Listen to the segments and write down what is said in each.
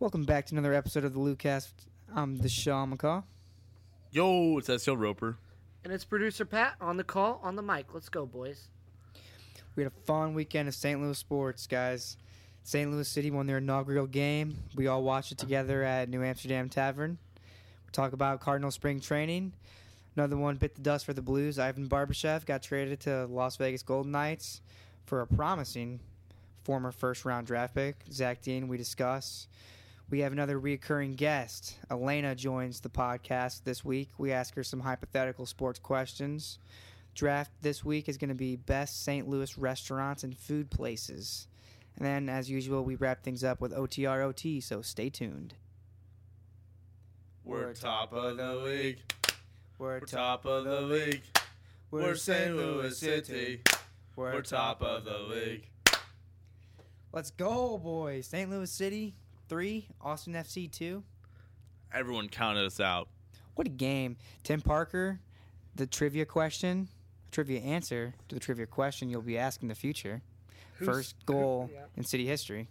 Welcome back to another episode of the Lucast. I'm the Shaw McCaw. Yo, it's Seal Roper. And it's producer Pat on the call, on the mic. Let's go, boys. We had a fun weekend of St. Louis sports, guys. St. Louis City won their inaugural game. We all watched it together at New Amsterdam Tavern. We talk about Cardinal spring training. Another one bit the dust for the Blues. Ivan Barbashev got traded to Las Vegas Golden Knights for a promising former first round draft pick. Zach Dean, we discuss. We have another recurring guest. Elena joins the podcast this week. We ask her some hypothetical sports questions. Draft this week is going to be best St. Louis restaurants and food places. And then, as usual, we wrap things up with OTROT, so stay tuned. We're top of the league. We're, We're top of the league. We're St. Louis City. We're top of the league. Let's go, boys. St. Louis City, three. Austin FC, two. Everyone counted us out. What a game. Tim Parker, the trivia question, trivia answer to the trivia question you'll be asking in the future. Who's- First goal who- yeah. in city history.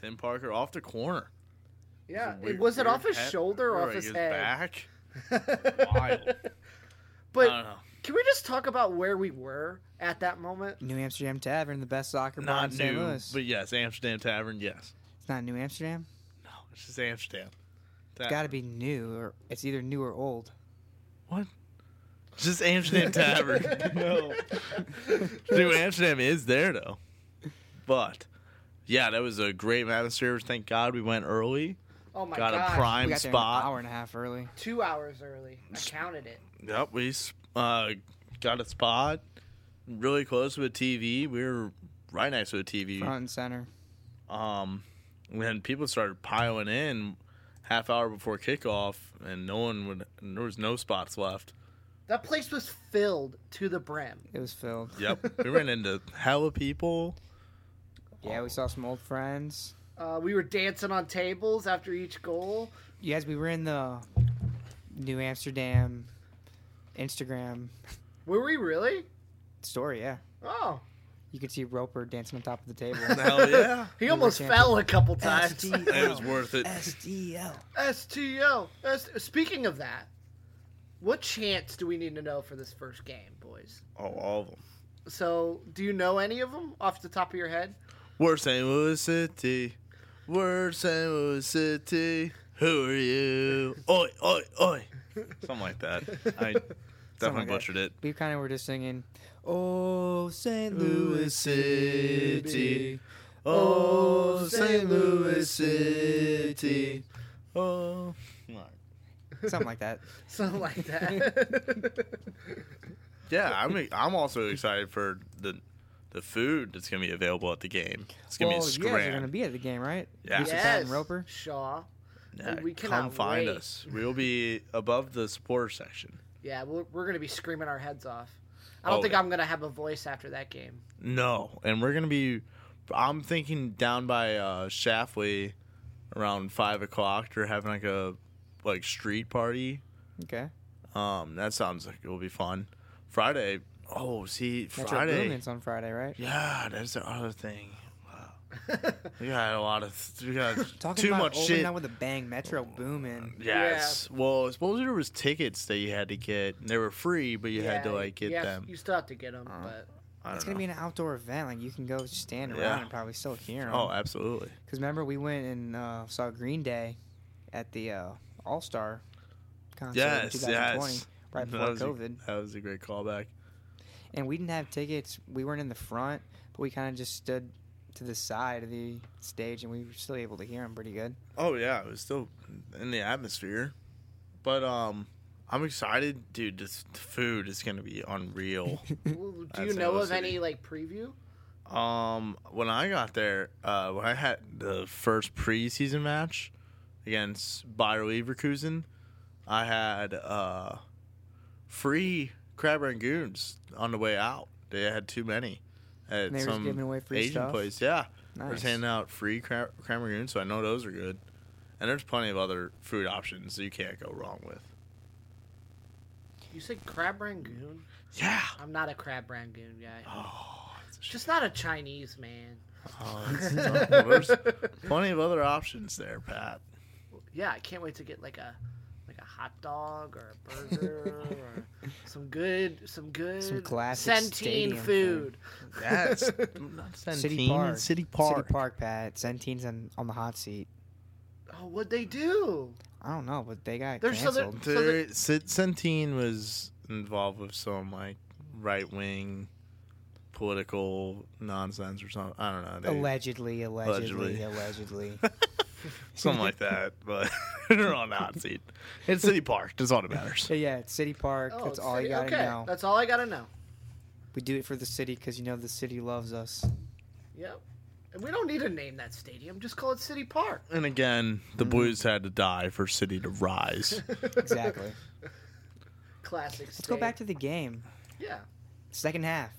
Tim Parker off the corner. Yeah, Weird- it, was it weird off his hat- shoulder or like off his, his head? back? Wild. Uh, I don't But know. can we just talk about where we were at that moment? New Amsterdam Tavern, the best soccer bar in Not St. new, Louis. but yes, Amsterdam Tavern. Yes, it's not New Amsterdam. no, it's just Amsterdam. It's got to be new, or it's either new or old. what? It's just Amsterdam Tavern. no, dude, Amsterdam is there though. But yeah, that was a great atmosphere. Thank God we went early. Oh my got god. a We prime got there an spot. hour and a half early. Two hours early. I counted it. Yep, we s- uh, got a spot really close to a TV. We were right next to a TV. Front and center. Um, when people started piling in half hour before kickoff, and no one would, and there was no spots left. That place was filled to the brim. It was filled. Yep, we ran into hella people. Yeah, we saw some old friends. Uh, we were dancing on tables after each goal. Yes, we were in the New Amsterdam Instagram Were we really? story, yeah. Oh. You could see Roper dancing on top of the table. Hell yeah, He We almost were fell a couple times. STL. it was worth it. SDL. STL. S- Speaking of that, what chants do we need to know for this first game, boys? Oh, all of them. So, do you know any of them off the top of your head? We're St. Louis City. We're St. Louis City. Who are you? Oi, oi, oi. Something like that. I Something like definitely that. butchered it. We kind of were just singing, "Oh St. Louis City, Oh, St. Louis City. Oh. something like that." Something like that. Yeah, I'm e, I'm also excited for the the food that's gonna be available at the game. It's gonna well, be a you guys are gonna scram. be at the game, right? Yeah. Lisa Pat and Roper. Shaw. Yeah, we come cannot find wait. us. We'll be above the supporter section. Yeah, we're, we're going to be screaming our heads off. I don't Oh, think yeah. I'm going to have a voice after that game. No, and we're gonna be. I'm thinking down by uh, Shafley, around five o'clock. They're having like a like street party. Okay. Um, that sounds like it'll be fun. Friday. Oh, see, Metro Friday. Boomin's on Friday, right? Yeah, that's the other thing. Wow, we got a lot of we got Talking too about much opening shit. up with a bang, Metro Boomin. Yes. Well, supposedly there was tickets that you had to get. They were free, but you had to Yeah, like get you have- them. You still have to get them, Uh-huh. but I don't It's gonna know. be an outdoor event. Like you can go stand around Yeah. and probably still hear them. oh, absolutely. Because remember we went and uh, saw Green Day at the uh, All Star concert Yes, in 2020, yes. right That before was a- COVID, that was a great callback. and we didn't have tickets. We weren't in the front, but we kind of just stood to the side of the stage, and we were still able to hear them pretty good. Oh yeah, it was still in the atmosphere. But um I'm excited, dude. This food is gonna be unreal. well, do you That's know Hello of any City. like preview? um, when I got there, uh, when I had the first preseason match against Bayer Leverkusen, I had uh, free crab rangoons on the way out. They had too many at And they were just some giving away free Asian stuff. place. Yeah, They're Nice. just handing out free crab, crab rangoons, so I know those are good. And there's plenty of other food options that you can't go wrong with. You said crab rangoon. Yeah. I'm not a crab rangoon guy. Oh, it's a sh- Just not a Chinese man. Oh, it's not- there's plenty of other options there, Pat. Yeah, I can't wait to get like a like a hot dog or a burger or some good some good Some classic centene stadium food. food. That's not City 17, Park. it's City Park. City Park, Pat. Sentine's on, on the hot seat. Oh, what they do? I don't know, but they got There's canceled. other- So There, Cent- Centene was involved with some like right wing political nonsense or something. I don't know. they- allegedly, allegedly, Allegedly. allegedly. something like that. But they're all Nazi. It's City Park. That's all that matters. so yeah, it's City Park. Oh, that's all city- you gotta okay, know. That's all I gotta know. We do it for the city because you know the city loves us. Yep. And we don't need to name that stadium. Just call it City Park. And again, Mm-hmm. the Blues had to die for City to rise. Exactly. Classic. Let's go back to the game. yeah. Second half.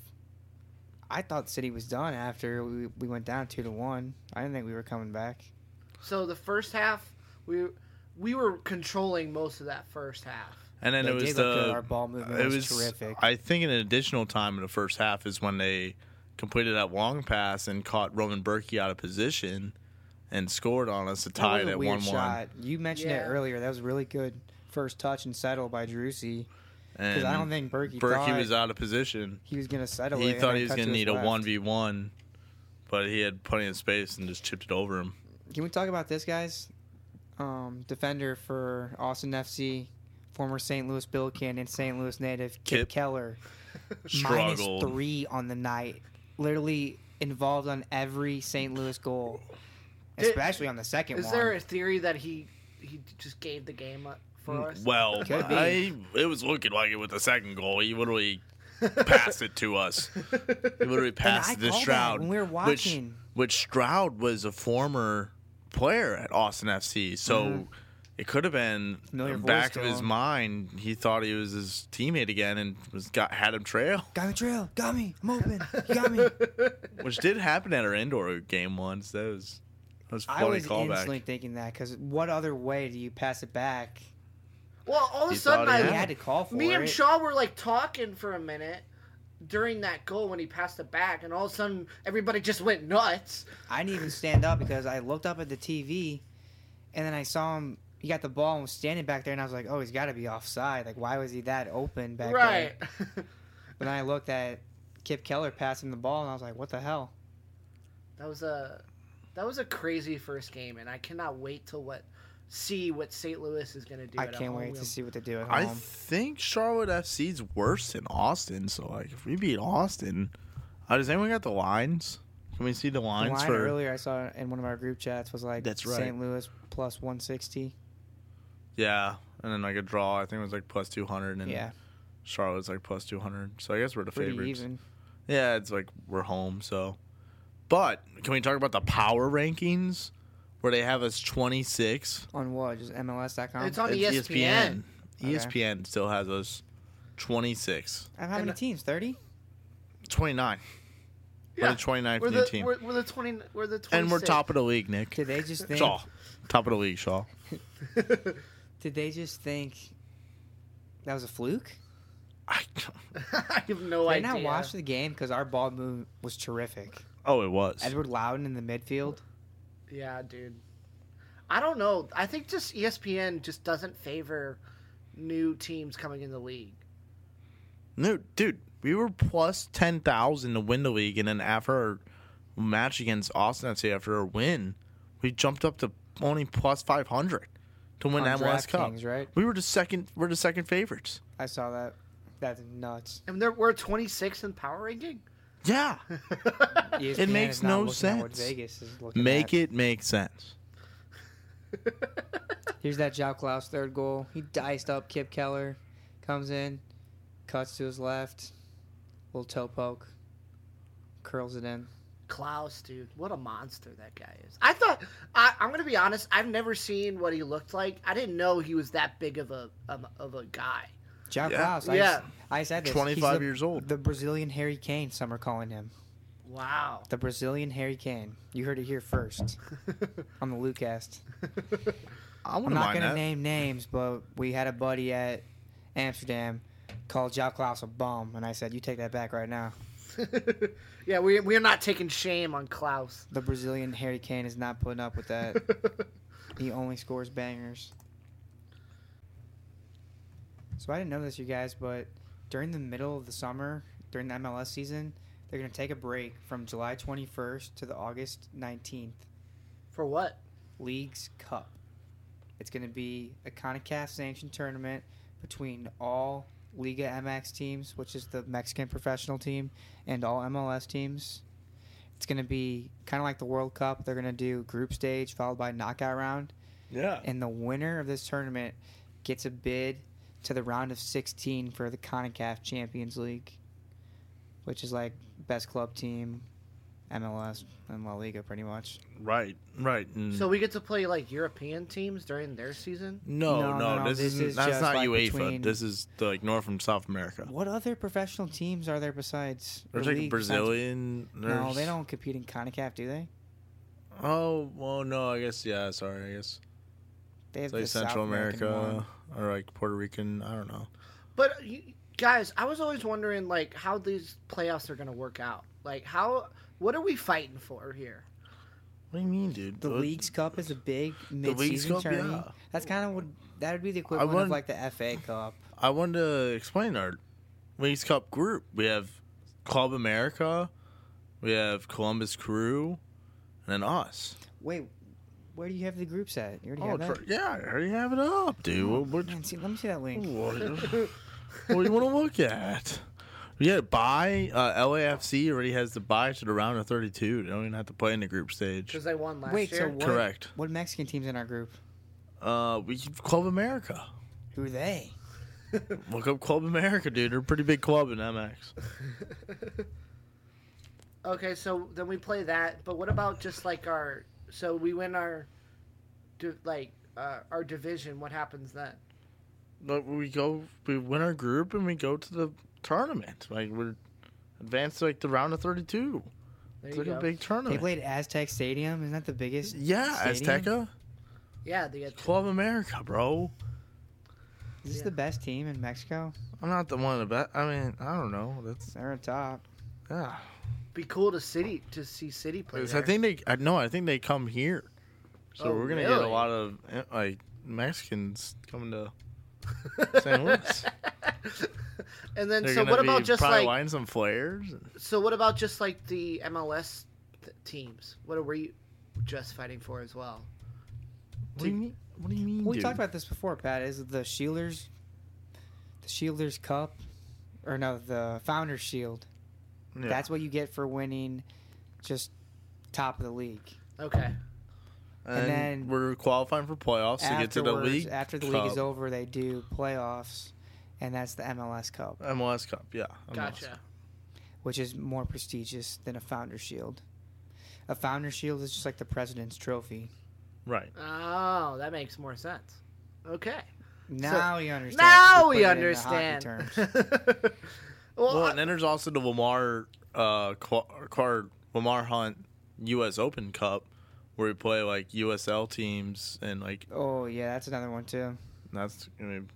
I thought City was done after we, we went down two to one. I didn't think we were coming back. So the first half, we we were controlling most of that first half. And then They it was did look good. the our ball movement it was, was terrific. I think an additional time in the first half is when they completed that long pass and caught Roman Berkey out of position and scored on us to That was tie it a at weird one one. shot. You mentioned Yeah. it earlier. That was really good first touch and settle by Drusy. Because And I don't think Berkey, Berkey thought was out of position. he was gonna settle. He it and thought then he was cut going to his need a left. one v one, but he had plenty of space and just chipped it over him. Can we talk about this, guys? Um, defender for Austin FC, former St. Louis Billiken and St. Louis native Kip, Kip. Keller, Struggled. minus three on the night. Literally involved on every St. Louis goal, Did- especially on the second Is one. there a theory that he he just gave the game up Mm, for us? Well, Could be. I, it was looking like it with the second goal. He literally passed it to us. He literally And I passed the called that Stroud. when we were which, watching. which Stroud was a former player at Austin FC. So it could have been Mm-hmm. Familiar voice back to of his him. mind. He thought he was his teammate again and was got had him trail, got me trail, got me, I'm open, you got me. which did happen at our indoor game once. That was, that was a I funny was callback. instantly thinking that because what other way do you pass it back? Well, all of a He sudden, thought He he I, had to call for me it. and Shaw were like talking for a minute during that goal when he passed it back, and all of a sudden, everybody just went nuts. I didn't even stand up because I looked up at the TV, and then I saw him. He got the ball and was standing back there, and I was like, "Oh, he's got to be offside. Like, why was he that open back right. there?" But then I looked at Kip Keller passing the ball, and I was like, "What the hell?" that was a that was a crazy first game, and I cannot wait to what see what St. Louis is going to do. I at can't home. wait to We'll- see what they do at I home. think Charlotte FC's worse than Austin. So like, if we beat Austin, uh, does anyone got the lines? Can we see the The lines line for? earlier I saw in one of our group chats was like That's right. St. Louis plus 160. Yeah, and then like a draw. I think it was like plus two hundred, and yeah, Charlotte's like plus two hundred. So I guess we're the pretty favorites. even. Yeah, it's like we're home. So, but can we talk about the power rankings where they have us twenty six? On what? Just MLS.com. It's on E ESPN. Okay. E ESPN still has us 26, And how many and- teams? 30. 29. We're Yeah. the 29th We're new the, team. We're, we're the twenty. We're the 26. and we're top of the league, Nick. Did they just think? Shaw. Top of the league, Shaw. Did they just think that was a fluke? I, I have no They idea. not watch the game because our ball move was terrific. oh, it was. Edward Loudon in the midfield. Yeah, dude. I don't know. I think just E ESPN just doesn't favor new teams coming in the league. No, dude, we were plus ten thousand to win the league, and then after our match against Austin FC, after our win, we jumped up to only plus five hundred to win On MLS Cup. DraftKings, right? We were the second. We're the second favorites. I saw that. That's nuts. And there we're 26th in power ranking. Yeah, ESPN makes is not no looking at what sense. Vegas is looking make at. it make sense. Here's that Jao Klaus third goal. He diced up Kip Keller, comes in, cuts to his left, little toe poke, curls it in. Klaus, dude, what a monster that guy is. I thought I, I'm gonna be honest. I've never seen what he looked like. I didn't know he was that big of a um, of a guy. Jao Yeah. Klaus, I, Yeah. I said this. he's 25 the- years old. The Brazilian Harry Kane, some are calling him. Wow. The Brazilian Harry Kane. You heard it here first on the Lucast. I I'm wouldn't not mind gonna that. name names, but we had a buddy at Amsterdam called Jao Klaus a bum, and I said, "You take that back right now." yeah, we we're not taking shame on Klaus. The Brazilian Harry Kane is not putting up with that. he only scores bangers. So I didn't know this, you guys, but during the middle of the summer, during the MLS season, they're going to take a break from July 21st to the August 19th For what? League's Cup. It's going to be a CONCACAF sanctioned tournament between all Liga MX teams, which is the Mexican professional team, and all MLS teams. It's going to be kind of like the World Cup. They're going to do group stage followed by knockout round Yeah. and the winner of this tournament gets a bid to the round of 16 for the CONCACAF Champions League, which is like best club team, MLS, and La Liga pretty much. Right. Right. and- So we get to play like European teams during their season. no, No, no, no, no, this, this isn't. is that's just not like UEFA. between- This is the, like North from South America. What other professional teams are there besides? There's or like a league Brazilian. Besides, no, there's- they don't compete in CONCACAF, do they? Oh well, no. I guess yeah. Sorry. I guess They have it's like the Central South American America one. or like Puerto Rican. I don't know. But you, guys, I was always wondering like how these playoffs are going to work out. Like how what are we fighting for here? What do you mean, dude? The What- League's Cup is a big League's mid-season Cup, tournament. yeah. That's kind of what that would be the equivalent of wouldn't- like the FA Cup. I wanted to explain our Leagues Cup group. We have Club America, we have Columbus Crew, and then us. Wait, where do you have the groups at? You already Oh, have that? tr- yeah, I already have it up, dude. What, what, Man, see, let me see that link. what, what do you want to look at? Yeah, buy uh, LAFC already has the buy to the round of 32. They don't even have to play in the group stage. Cuz they won last Wait, year. so what? Correct. What Mexican teams in our group? Uh, we Club America. Who are they? Look up Club America, dude. They're a pretty big club in MX. Okay, so then we play that. But what about just like our? So we win our, di- like uh, our division. What happens then? But we go, we win our group, and we go to the tournament. Like we're advanced to like the round of thirty-two. There It's you like a go. big They tournament. played Aztec Stadium. Isn't that the biggest? yeah, Stadium? Azteca, Yeah, the Club America, bro. Is this Yeah. the best team in Mexico? I'm not the one to bet. I mean, I don't know. That's They're on top. yeah. be cool to city to see city play. I there. think they. I no, I think they come here. So Oh, we're gonna get really? a lot of eh, like Mexicans coming to St. Louis. and then They're so gonna what about be just probably like lining some flares? so what about just like the MLS th- teams? What are we just fighting for as well? What do you mean? What do you mean? We dude? talked about this before, Pat. Is the Shielders, the Shielders Cup, or no, the Founders Shield? Yeah. That's what you get for winning, just top of the league. Okay, And then we're qualifying for playoffs to get to the Afterwards, league. after the league is over, they do playoffs, and that's the MLS Cup, MLS Cup, yeah. MLS. gotcha. which is more prestigious than a Founders Shield. A Founders Shield is just like the President's Trophy. Right. Oh, that makes more sense. Okay, Now you understand. now Put we it into hockey understand. terms. well, Well, I- and then there's also the Lamar uh Qua- Quar- Lamar Hunt U.S. Open Cup, where we play like USL teams and like Oh yeah, that's another one too. that's I mean,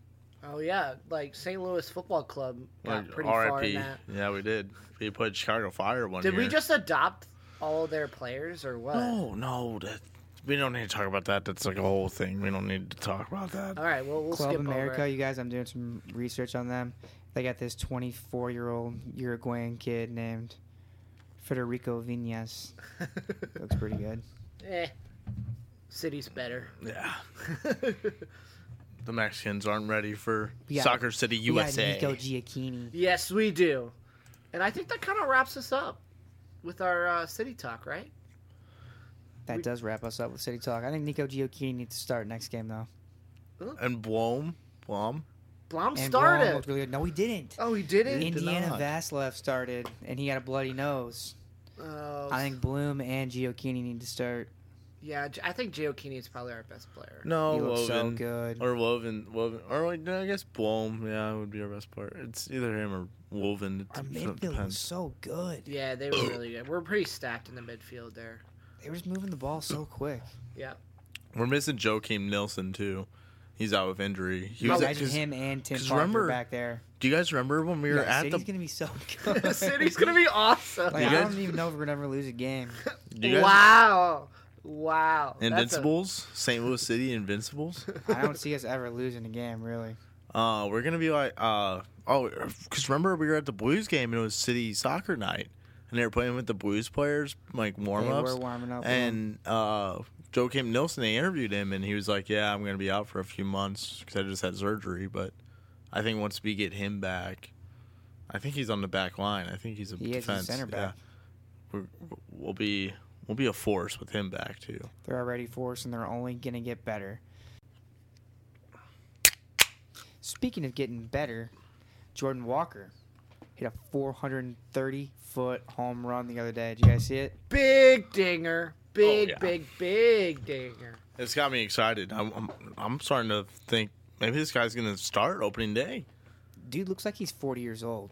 Oh yeah, like St. Louis Football Club got like pretty far in RIP. that. Yeah, we did. We played Chicago Fire one Did year. we just adopt all their players or what? No, no. That, we don't need to talk about that. That's like a whole thing. We don't need to talk about that. All right, well we'll Club skip America, over. it. you guys, I'm doing some research on them. They got this 24 year old Uruguayan kid named Federico Vinas. Looks pretty good. Eh, city's better. Yeah. The Mexicans aren't ready for Yeah. Soccer City USA. We got Nico Giacchini. yes, we do, and I think that kind of wraps us up with our uh, city talk, right? That We- does wrap us up with City Talk. I think Nico Giacchini needs to start next game though. and Blom. Blom. Blom Blom started. looked really good. No, he didn't. Oh, he didn't. He did Indiana not. Vasilev started, and he had a bloody nose. Oh, I think Bloom and Giacchini need to start. yeah, J- I think Giocchini is probably our best player. No, he looks so Logan. good. Or Woven, Woven, or like, no, I guess Blom. Yeah, would be our best player. It's either him or Woven. It Our d- midfield was depends. so good. Yeah, they were really good. We're pretty stacked in the midfield there. They were just moving the ball so quick. Yeah. We're missing Joakim Nilsson too. He's out with injury. He was, Imagine cause, him and Tim 'cause Parker remember- back there. do you guys remember when we were Yeah, at the? City's gonna be so good. The city's gonna be awesome. Like, You I guys- don't even know if we're gonna ever lose a game. do you guys- wow, wow. That's a- Invincibles, St. Louis City Invincibles. I don't see us ever losing a game, really. Uh, we're gonna be like, uh, oh, because remember we were at the Blues game and it was City Soccer Night, and they were playing with the Blues players like warm They ups, were warming up. and uh, Joe Kim Nilsson. They interviewed him and he was like, yeah, I'm gonna be out for a few months because I just had surgery, but I think once we get him back, I think he's on the back line. I think he's a He is, he's defense center back. Yeah. We're, we'll be we'll be a force with him back too. they're already forced, and they're only gonna get better. Speaking of getting better, Jordan Walker hit a 430 foot home run the other day. Did you guys see it? big dinger, big, Oh, yeah. big, big dinger. It's got me excited. I'm, I'm I'm starting to think maybe this guy's gonna start opening day. Dude looks like he's 40 years old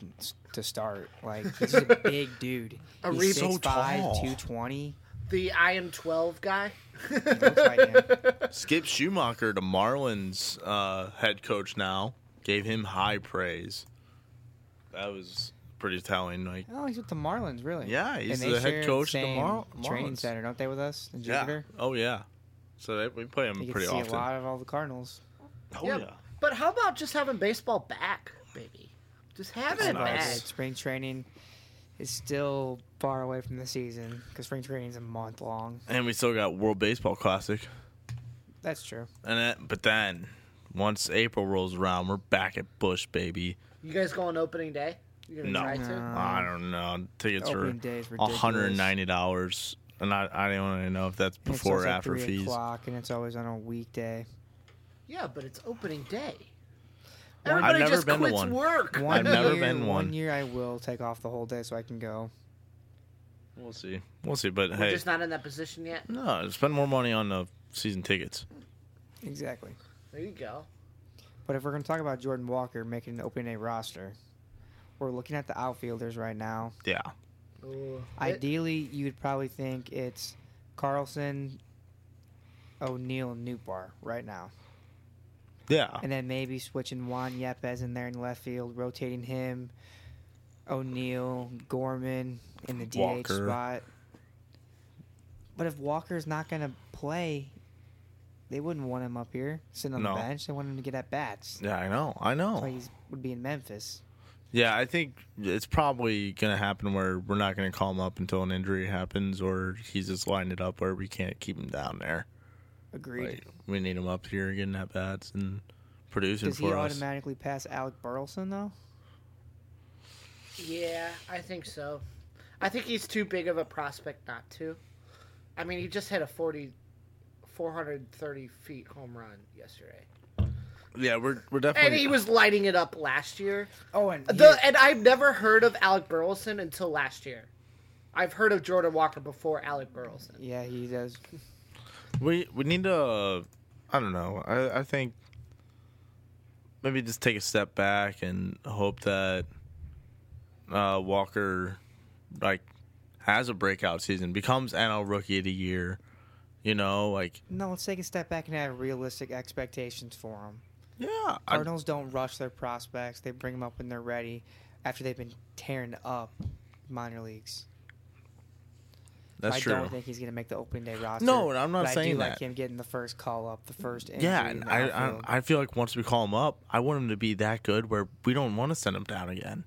to start. Like he's just a big dude. A he's reason- So 6'5", tall. 220. The I am twelve guy. right Skip Schumacher, the Marlins uh, head coach now, gave him high praise. That was pretty telling. Like, Oh, he's with the Marlins, really? Yeah, he's And they the head share coach of the same Mar- Training Marlins. center, don't they, with us in yeah, Jupiter? oh yeah. So they, we play him You can pretty see often. a lot of all the Cardinals. Oh Yep. yeah. But how about just having baseball back, baby? Just have That's it But nice. back. Spring training is still far away from the season because spring training is a month long. And we still got World Baseball Classic, That's true. and that, but then once April rolls around, we're back at Bush, baby. You guys going opening day? You gonna No. try to? No. I don't know. Tickets are Opening day is ridiculous. hundred and ninety dollars, and I I don't even know if that's And it's before or always at after 3 fees. O'clock, and it's always on a weekday. Yeah, but it's opening day. I've Everybody never just been to quits one. work. One never year, been one. One year I will take off the whole day so I can go. We'll see. We'll see. But We're hey, just not in that position yet. no, spend more money on the season tickets. Exactly. There you go. But if we're going to talk about Jordan Walker making an opening day roster, we're looking at the outfielders right now. Yeah. Ooh. Ideally, you would probably think it's Carlson, O'Neill, and Newbar right now. Yeah. And then maybe switching Juan Yepes in there in left field, rotating him, O'Neill, Gorman in the DH Walker. spot. But if Walker's not going to play, they wouldn't want him up here sitting on No. the bench. They want him to get at bats. Yeah, I know. I That's why know. he would be in Memphis. Yeah, I think it's probably going to happen where we're not going to call him up until an injury happens or he's just lined it up where we can't keep him down there. Agreed. Like, we need him up here getting at bats and producing Does he for us. automatically pass Alec Burleson, though? Yeah, I think so. I think he's too big of a prospect not to. I mean, he just hit a 40, 430 feet home run yesterday, Yeah, we're, we're and definitely. he was lighting it up last year. Oh, and The, and I've never heard of Alec Burleson until last year. I've heard of Jordan Walker before Alec Burleson. yeah, he does. We we need to. Uh, I don't know. I I think maybe just take a step back and hope that uh, Walker like has a breakout season, becomes NL Rookie of the Year. You know, like No, let's take a step back and have realistic expectations for him. yeah, I, Cardinals don't rush their prospects; they bring them up when they're ready, after they've been tearing up minor leagues. that's I true. don't think he's going to make the opening day roster. No, and I'm not but I saying do like that. him getting the first call up, the first. yeah, injury in and the I, outfield. I I feel like once we call him up, I want him to be that good where we don't want to send him down again,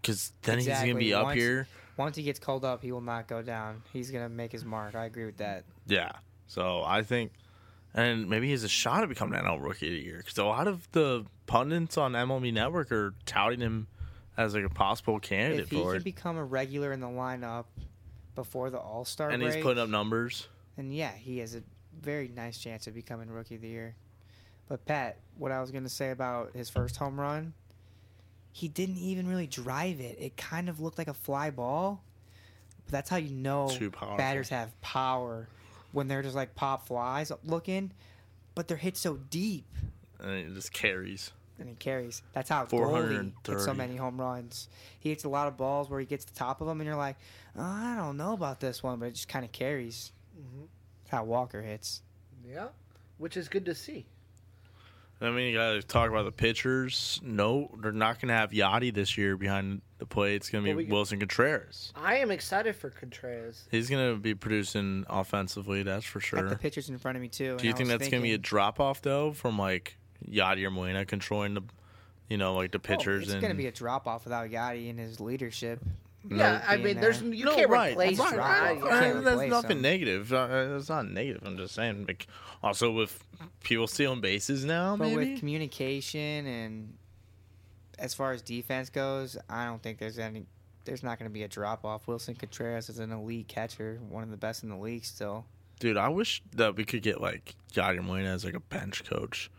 because then he's gonna Exactly. be up Once- here. Once he gets called up, he will not go down. He's going to make his mark. I agree with that. Yeah. So I think, and maybe he has a shot at becoming NL Rookie of the Year because a lot of the pundits on MLB Network are touting him as like a possible candidate If he for can it, become a regular in the lineup before the All Star and break, he's putting up numbers. And yeah, he has a very nice chance of becoming rookie of the year. But Pat, what I was going to say about his first home run, he didn't even really drive it. It kind of looked like a fly ball. But that's how you know Too powerful. batters have power when they're just like pop flies looking, but they're hit so deep And it just carries. and he carries. That's how a goalie hits so 430. many home runs. He hits a lot of balls where he gets the top of them, and you're like, "Oh, I don't know about this one, but it just kind of carries. Mhm. That's how Walker hits. Yeah, which is good to see. I mean, you gotta talk about the pitchers. No, they're not gonna have Yachty this year behind the plate. It's gonna be Well, we- Wilson Contreras. I am excited for Contreras. He's gonna be producing offensively. That's for Got the sure. pitchers in front of me too. Do you think that's gonna be a drop off though from like Yachty or Molina controlling the, you know, like the pitchers Oh, it's and gonna be a drop off without Yachty and his leadership. yeah, I mean, being there's there. you No, can't right. replace Right, Ryan. right, You Ryan. can't right. That's replace nothing him. negative. Uh, It's not negative. I'm just saying. Like, also with people stealing bases now, But maybe. with communication and as far as defense goes, I don't think there's any. There's not going to be a drop off. Wilson Contreras is an elite catcher, one of the best in the league still. Dude, I wish that we could get like Yadier Molina as like a bench coach.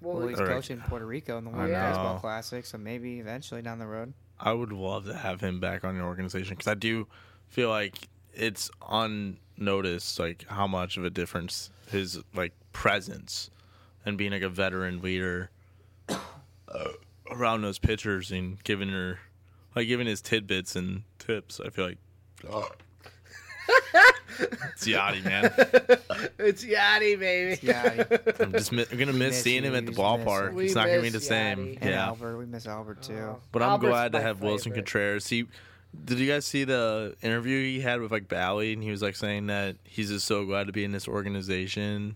Well, Well, he's All right. coaching Puerto Rico in the I World Baseball know. Classic, so maybe eventually down the road. I would love to have him back on the organization because I do feel like it's unnoticed like how much of a difference his like presence and being like a veteran leader uh, around those pitchers and giving her like giving his tidbits and tips. I feel like oh. it's Yachty, man. it's Yachty, baby. Yachty. I'm just mi- I'm gonna miss Miss seeing you, him at the we just miss ballpark. him. It's not gonna be the We miss same. Yachty. And Yeah. Albert, we miss Albert too. Oh. But I'm Albert's glad to my have Wilson favorite. Contreras. He did you guys see the interview he had with like Bally and he was like saying that he's just so glad to be in this organization.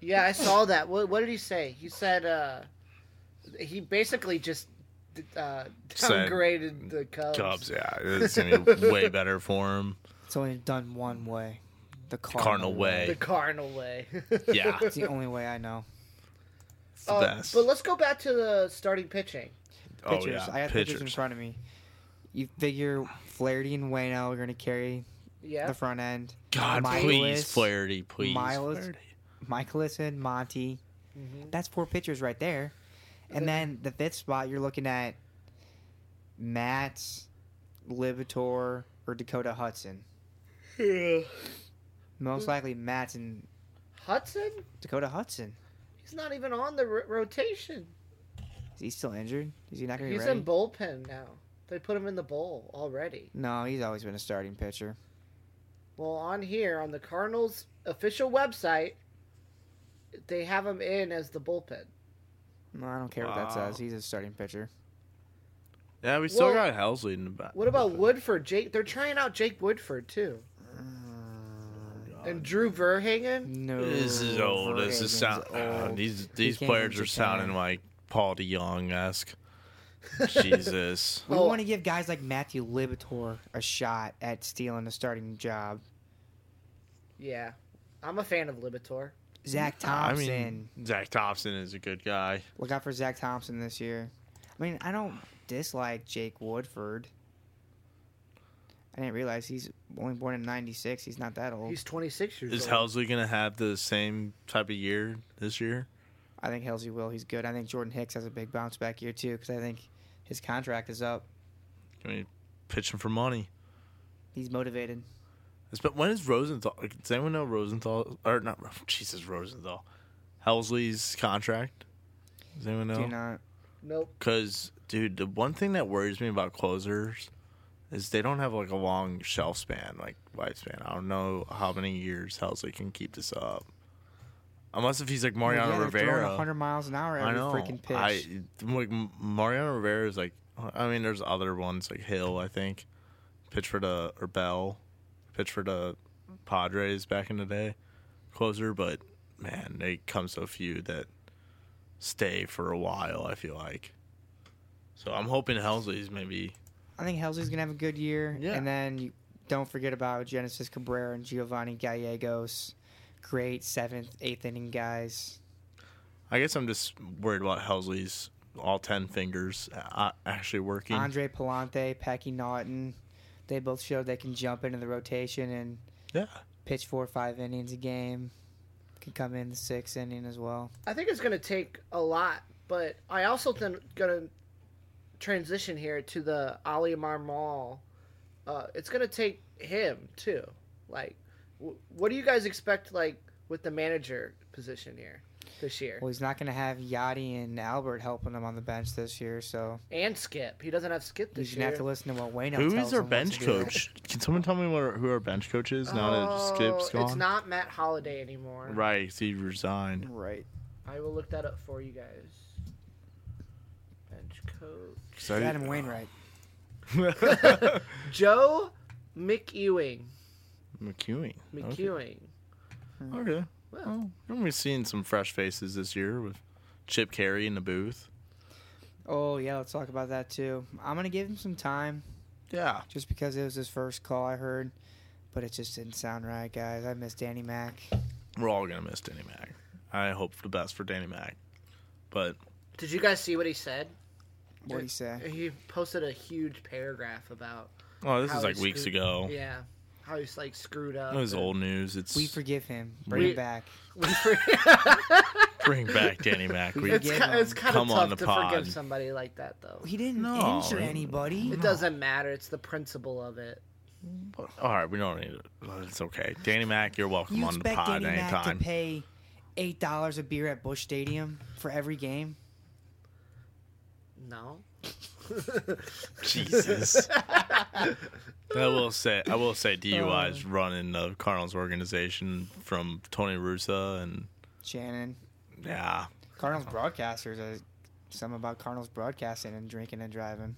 Yeah, I saw that. What, what did he say? He said uh, he basically just uh, Said- downgraded the Cubs. Cubs, yeah. It's gonna be way better for him. It's only done one way, the Cardinal, Cardinal way. The Cardinal way. Yeah. It's the only way I know. It's the Uh, best. But let's go back to the starting pitching. oh Pitchers, yeah. I got pitchers in pitchers. front of me. You figure Flaherty and Wayno are going to carry Yeah. the front end. God please Miles, Flaherty, please. Miles. Flaherty. Michaelis and Monty. Mhm. That's four pitchers right there. And Yeah. then the fifth spot, you're looking at Matts, Libator, or Dakota Hudson. Most likely Matts and Hudson? Dakota Hudson. He's not even on the ro- rotation. Is he still injured? Is he not going to be He's ready? in bullpen now. They put him in the bowl already. no, he's always been a starting pitcher. Well, on here on the Cardinals official website, they have him in as the bullpen. No, I don't care what that Wow. says. He's a starting pitcher. Yeah, we still Well, got Helsley in the back. What about Woodford? Jake, they're trying out Jake Woodford too, and Drew Verhagen. No. This is old. This is Verhagen's sound. uh, old. these these came players from are sounding Japan. like Paul DeYoung esque. Jesus. We Oh. want to give guys like Matthew Libator a shot at stealing a starting job. Yeah, I'm a fan of Libator. Zach I Thompson. mean, Zach Thompson is a good guy. Look out for Zach Thompson this year. I mean, I don't dislike Jake Woodford. I didn't realize he's only born in '96. He's not that old. He's 26 years Is old. Helsley gonna have the same type of year this year? I think Halsey will. He's good. I think Jordan Hicks has a big bounce back year too because I think his contract is up. I mean, pitching for money. He's motivated. It's- But when is Rosenthal? like, Does anyone know Rosenthal or not? Ro- Jesus Rosenthal, Helsley's contract. Does anyone Do you know? not? Nope. Because dude, the one thing that worries me about closers is they don't have like a long shelf span, like lifespan. I don't know how many years Helsley can keep this up. Unless if he's like Well, Mariano yeah, they're throwing Rivera, 100 miles an hour every freaking pitch. I like M- Mariano Rivera is like. I mean, there's other ones like Hill. I think pitch for the or Bell, pitch for the Padres back in the day, closer. But man, they come so few that stay for a while. I feel like. So I'm hoping Helsley's maybe. I think Helsley's gonna have a good year. Yeah. And then you don't forget about Genesis Cabrera and Giovanni Gallegos, great seventh, eighth inning guys. I guess I'm just worried about Helsley's all ten fingers uh, actually working. Andre Palante, Packy Naughton, they both showed they can jump into the rotation and yeah, pitch four or five innings a game. Can come in the sixth inning as well. I think it's going to take a lot, but I also then going to transition here to the Ali Marmal. Uh, it's going to take him too. Like, w- what do you guys expect? Like with the manager position here this year, Well, he's not going to have Yachty and Albert helping him on the bench this year, so and Skip. He doesn't have Skip he's this going to year. have to listen to what Wayne who is our bench coach? Can someone tell me what, who our bench coach is now that Skip's Oh, gone? It's not Matt Holiday anymore. Right, 'cause he resigned. Right. I will look that up for you guys. Bench coach So I did- Adam Wainwright. Joe McEwing. McEwing. Okay. McEwing. okay. Well, Well, we're gonna be seeing some fresh faces this year with Chip Carey in the booth. Oh yeah, let's talk about that too. I'm gonna give him some time Yeah. just because it was his first call I heard, but it just didn't sound right, guys. I miss Danny Mac. We're all gonna miss Danny Mac. I hope the best for Danny Mac. But did you guys see what he said? What do you say? He posted a huge paragraph about oh, this How is like he weeks screwed- ago. yeah how he's like screwed up. It Oh. was and- old news. It's We forgive him. Bring We- him back. We for- bring back Danny Mac. We, It's it's Forgive ki- it's him. kind of Come on tough the to pod. forgive somebody like that though. He didn't No, injure he- anybody. It doesn't matter. It's the principle of it. all right, we don't need it. It's okay. Danny Mac, you're welcome You on the expect pod Danny Mac to anytime. pay eight dollars a beer at Bush Stadium for every game? No. Jesus. I will say, I will Uh. say, DUIs running the Cardinals organization from Tony Russa and Shannon, yeah, Cardinals broadcasters. Uh, some about Cardinals broadcasting and drinking and driving.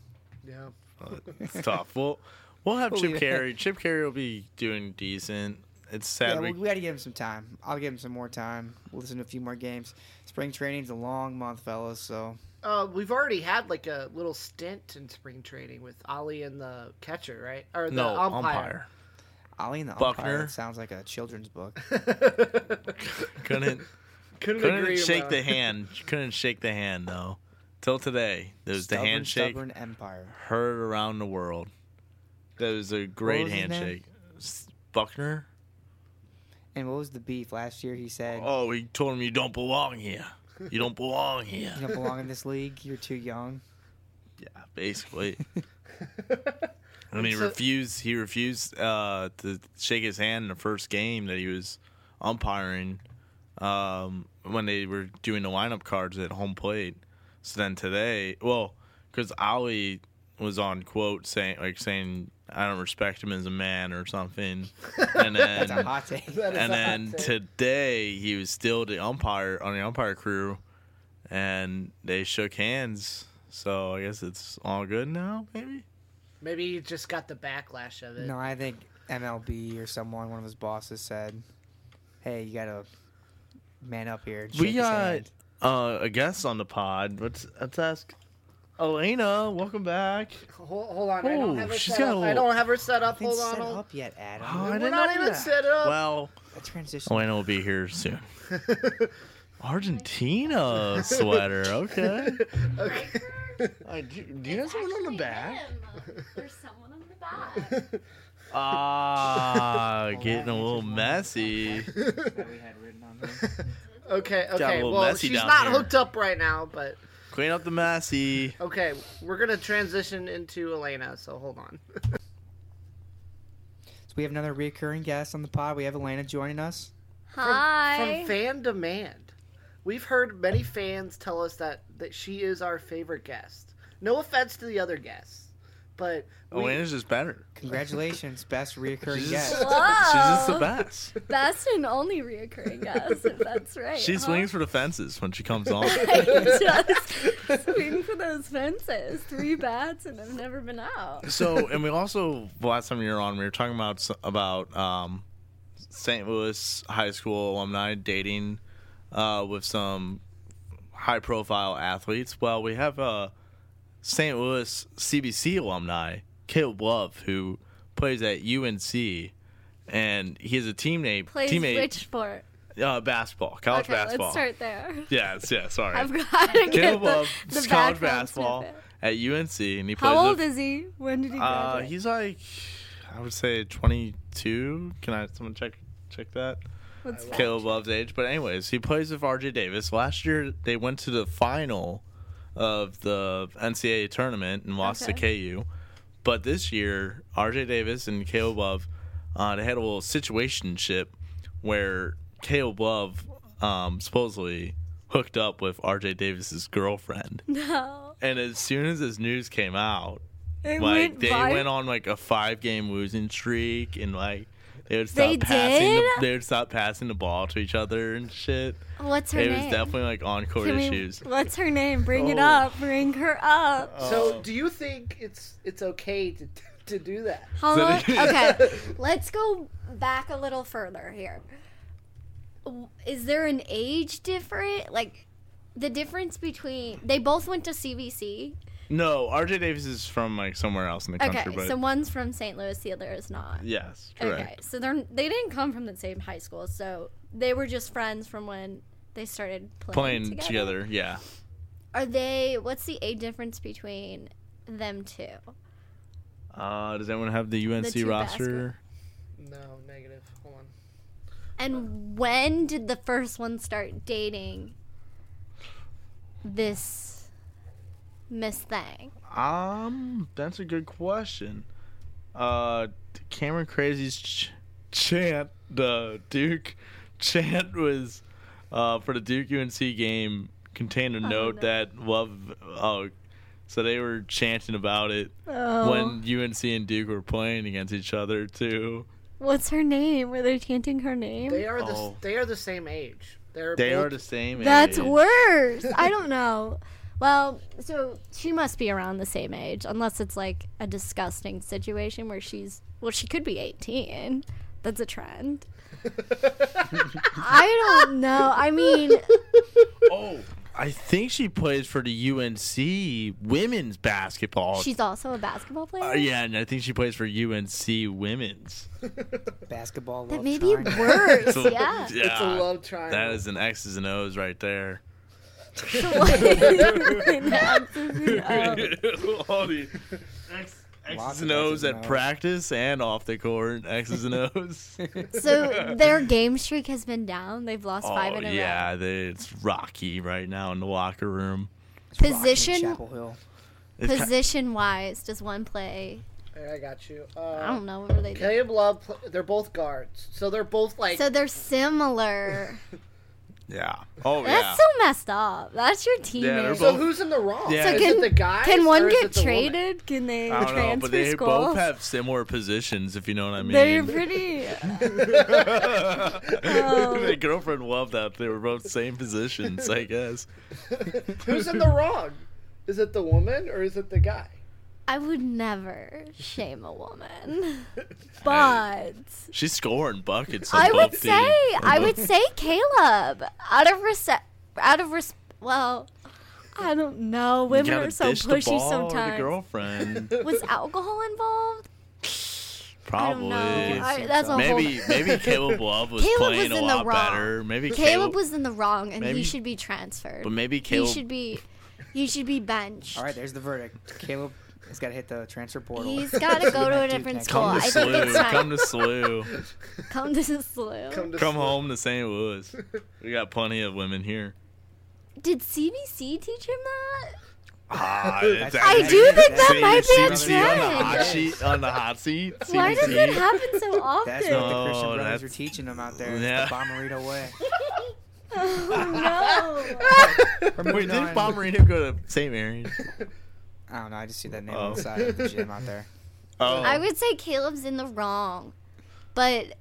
Yeah. but it's tough. We'll we'll have We'll Chip leave it. Carey. Chip Carey will be doing decent. It's sad yeah, we we, we got to give him some time. I'll give him some more time. We'll listen to a few more games. Spring training's a long month, fellas. So Uh, we've already had like a little stint in spring training with Ollie and the catcher, right? Or the no umpire. umpire. Ollie and the Buckner. umpire that sounds like a children's book. couldn't Couldn't, couldn't agree shake more. the hand. Couldn't shake the hand though. Till today, there's the Stubborn, handshake Stubborn empire. heard around the world. That was a great was his name? handshake. S- Buckner. And what was the beef last year? He said, Oh, he told him you don't belong here. You don't belong here. "You don't belong in this league. You're too young." Yeah, basically. and he So- refused. He refused uh, to shake his hand in the first game that he was umpiring um, when they were doing the lineup cards at home plate. So then today, well, because Ali was on quote saying like saying I don't respect him as a man or something, and That's a then hot take. That is and a hot then take. today he was still the umpire on the umpire crew, and they shook hands. So I guess it's all good now, maybe. maybe he just got the backlash of it. No, I think MLB or someone, one of his bosses said, "Hey, you gotta man up here." and shake We his uh, got- hand." Uh, a guest on the pod. Let's let's ask Elena. Welcome back. Hold, hold on, I don't Oh, have her she's set got up. a I little- don't have her set up. I haven't Hold on, set hold- up yet, Adam. Oh, I we're didn't not know even that. set up. Well, A transition. Elena will be here soon. Argentina sweater. Okay. okay. Uh, do, do you It's actually him. There's someone on the back. Ah, getting a little messy. Okay, a okay. little Well, messy she's down not here. hooked up right now, but Clean up the messy. okay, we're gonna transition into Elena. So hold on. So we have another recurring guest on the pod. We have Elena joining us. Hi. From fan demand, we've heard many fans tell us that that she is our favorite guest. No offense to the other guests, but we, Elena's just better. Congratulations, best reoccurring She's guest. Whoa. Oh. She's just the best. Best and only reoccurring guest. if that's right. She huh? swings for the fences when she comes on. I just swing for those fences. Three bats and I've never been out. so, and we also the last time you were on, we were talking about s- about um, St. Louis high school alumni dating uh, with some high profile athletes. Well, we have a St. Louis CBC alumni, Caleb Love, who plays at UNC, and he has a teammate Plays which teammate sport? uh, basketball, college okay, basketball. let's start there. Yes, yeah, sorry. I've got to get Caleb the, Love, the college background basketball snippet. at UNC, and he plays. How old with, is he? When did he uh, graduate? he's like, I would say 22. Can I someone check check that? Let's fact Caleb Love's age. But anyways, he plays with RJ Davis. Last year they went to the final of the NCAA tournament and lost to Okay. KU. But this year, RJ Davis and Caleb Love, uh, they had a little situationship where Caleb Love um, supposedly hooked up with RJ Davis's girlfriend. No. And as soon as this news came out, It like went they by went on like a five game losing streak and like They would stop They passing. The, did? they would stop passing the ball to each other and shit. What's her It was name? definitely like on court Can we- issues. What's her name? Bring it Oh. up. Bring her up. Oh. So, do you think it's it's okay to to do that? Hold on. So- Okay. Let's go back a little further here. W- Is there an age difference? Like, the difference between. They both went to CVC. No, RJ Davis is from like somewhere else in the Okay. country, but so one's from St. Louis, the other is not. yes, correct. Okay. So they're, they didn't come from the same high school. So they were just friends from when they started playing, Playing together. yeah. Are they. What's the age difference between them two? Uh, does anyone have the UNC two roster? No, negative. Hold on. And when did the first one start dating this Miss Thing? Um, that's a good question. Uh, Cameron Crazy's ch- chant, the Duke chant was uh, for the Duke UNC game contained a note no. that love. Oh, so they were chanting about it Oh. when UNC and Duke were playing against each other too. What's her name? Were they chanting her name? They are the Oh. they are the same age. They're They both- are the same. That's age. worse. I don't know. Well, so she must be around the same age, unless it's like a disgusting situation where she's well, she could be eighteen. That's a trend. I don't know. I mean, Oh, I think she plays for the UNC women's basketball. she's also a basketball player. Uh, yeah, and I think she plays for UNC women's. Basketball. That love may be triangle. worse. So- yeah. It's a love triangle. That is an X's and O's right there. All the X, Lots of X's and X's O's and at O's. practice and off the court. X's and O's. so their game streak has been down. They've lost five oh in a row. yeah, they, it's rocky right now in the locker room. It's rocking Position- Chapel Hill. It's ki- Position wise, does one play? Alright, I got you. I Uh, don't know what they do. Caleb Love. pl- They're both guards, so they're both like. So they're similar. yeah. Oh That's yeah. so messed up. That's your teammate. Yeah, they're so both- who's in the wrong? Yeah. So is can- it the guy? Can one or is get it the woman? traded? Can they I don't transfer know, but they schools? both have similar positions, if you know what I mean. they're pretty. Oh. My girlfriend loved that they were both same positions, I guess. Who's in the wrong? Is it the woman or is it the guy? I would never shame a woman, but She's scoring buckets. on I would both say teams. I would say Caleb out of respect. Out of res- well, I don't know. You Women gotta are so dish the pushy ball or The sometimes. girlfriend, Was alcohol involved? probably. I don't know. I, Seems that's a so. Maybe whole. maybe Caleb Love was Caleb playing was a in the lot wrong. better. Maybe Caleb was in the wrong, and Maybe- he should be transferred. but maybe he Caleb. should be. He should be benched. All right, there's the verdict. Caleb has got to hit the transfer portal. He's got to go to a Dude, different next school. Come I to think it's SLU. Come time. to SLU. Come to SLU. Come, to Come school. home to St. Louis. We got plenty of women here. Did CBC teach him that? Ah, That's- I That- do think that See, might be a CBC on the hot trend. Yes. seat. On the hot seat. Why does CBC. it happen so That's often? what the Christian Oh, brothers are that's- teaching them out there. Yeah. It's the Bomarito way. Oh, no. We're Wait, moving did on. Bomarino go to St. Mary's? I don't know. I just see that name on the Oh. side of the gym out there. Oh, I would say Caleb's in the wrong, but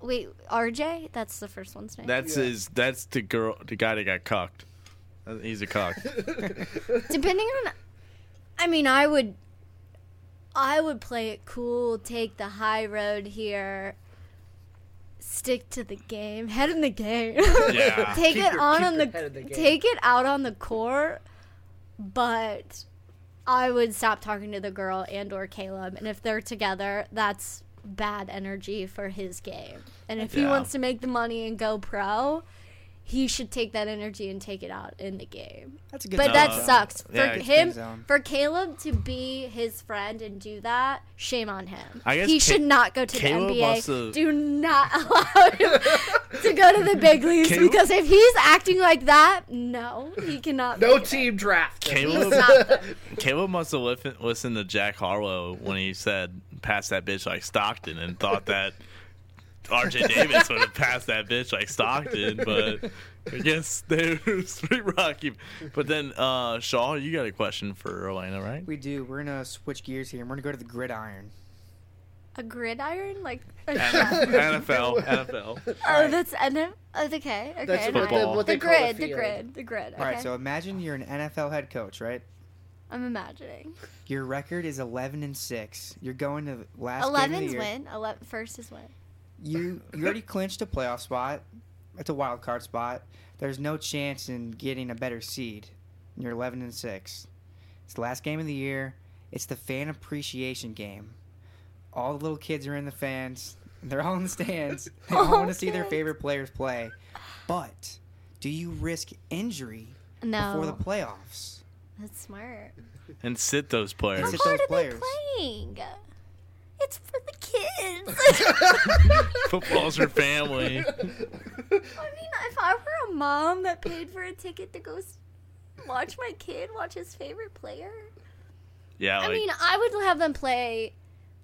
wait, RJ? That's the first one's name. that's Yeah. his. That's the girl. The guy that got cucked. Uh, He's a cock. Depending on, I mean, I would, I would play it cool, take the high road here, stick to the game, head in the game. Yeah. take Keep it your- on keep on your the, head in the game. take it out on the court, but I would stop talking to the girl and or Caleb, and if they're together, that's bad energy for his game. And if he Yeah. wants to make the money and go pro, he should take that energy and take it out in the game. That's a good. But time. that sucks for Yeah, it's been him. zone. For Caleb to be his friend and do that, shame on him. I guess he Ca- should not go to Caleb the NBA. also- Do not allow him to go to the big leagues Caleb- because if he's acting like that, no, he cannot. No make it. team draft. him. He's Caleb, not the- Caleb must have lif- listened to Jack Harlow when he said "pass that bitch like Stockton" and thought that R.J. Davis would have passed that bitch like Stockton, but I guess they were pretty rocky. But then uh, Shaw, you got a question for Elena, right? We do. We're gonna switch gears here, and we're gonna go to the gridiron. a gridiron? Like, a shot? NFL, NFL. oh, that's NF. Oh, okay, okay. That's I what, they, know. Football. what they the call grid, the the field. grid, the grid. Okay, All right, so imagine you're an NFL head coach, right? I'm imagining. Your record is 11 and 6. You're going to the last game of Eleven's the year. win. Eleven first is win. You you already clinched a playoff spot. It's a wild card spot. There's no chance in getting a better seed. You're 11 and 6. It's the last game of the year. It's the fan appreciation game. All the little kids are in the fans. They're all in the stands. They all All want to see their kids. favorite players play. But do you risk injury before the No, playoffs? that's smart. And sit those players. Sit How those hard are players. they playing? It's for the kids. Football's your family. I mean, if I were a mom that paid for a ticket to go s- watch my kid watch his favorite player, Yeah, I like, mean, I would have them play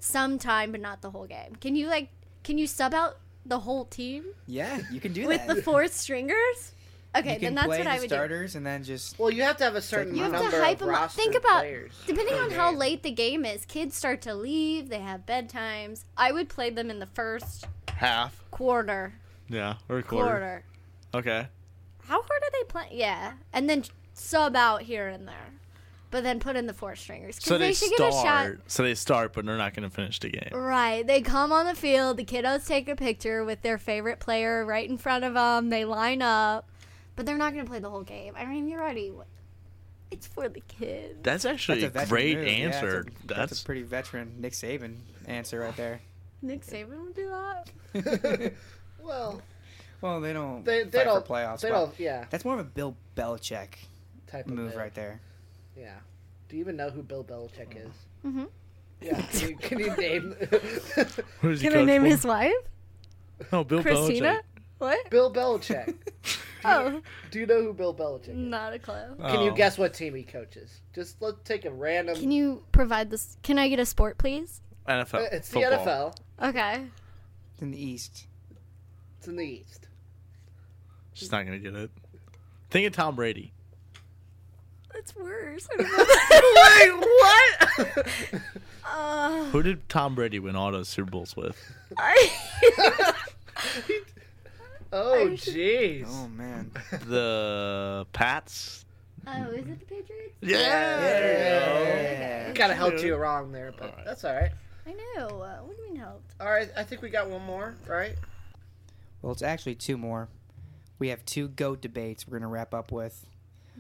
sometime, but not the whole game. Can you like? Can you sub out the whole team Yeah, you can do with that. the fourth stringers? Okay, you can then that's play what the I would do. starters and then just Well, you have to have a certain You have to number hype of 'em up. Think rostered about- players. Depending per on how game. late the game is, kids start to leave. They have bedtimes. I would play them in the first half. quarter. Yeah, or a quarter. Quarter. Okay. How hard are they playing? Yeah, and then sub out here and there, but then put in the four stringers because So they, they, should get a shot. start. So they start, but they're not going to finish the game. Right, they come on the field. The kiddos take a picture with their favorite player right in front of them. They line up, but they're not going to play the whole game. I mean, you're already. It's for the kids. That's actually a, veteran great move. Yeah, it's a- answer. that's, that's a pretty veteran Nick Saban answer right there. Nick Saban would do that. Well, Well, they don't. they, they fight don't. for playoffs. they but don't. Yeah, That's more of a Bill Belichick type of move right there. Yeah. Do you even know who Bill Belichick is? Mhm. Yeah. Can you, can you name Who does he Can I coach name for? his wife? No, Bill Christina? What? Bill Belichick? Oh, Do you know who Bill Belichick is? not a clue. Belichick. Can you Oh. guess what team he coaches? Just let's take a random. Can you provide this? Can I get a sport, please? NFL. Uh, it's football. the NFL. Okay. It's in the East. It's in the East. She's not going to get it. Think of Tom Brady. That's worse. I Wait, don't know. what? uh, Who did Tom Brady win all those Super Bowls with? I- oh, I should- jeez. Oh man. The Pats. oh, is it the Patriots? Yeah. Yeah. Kind of helped you wrong there, but that's all right. I know. Uh, what do you mean helped? All right, I think we got one more, right? Well, it's actually two more. We have two goat debates. We're gonna wrap up with.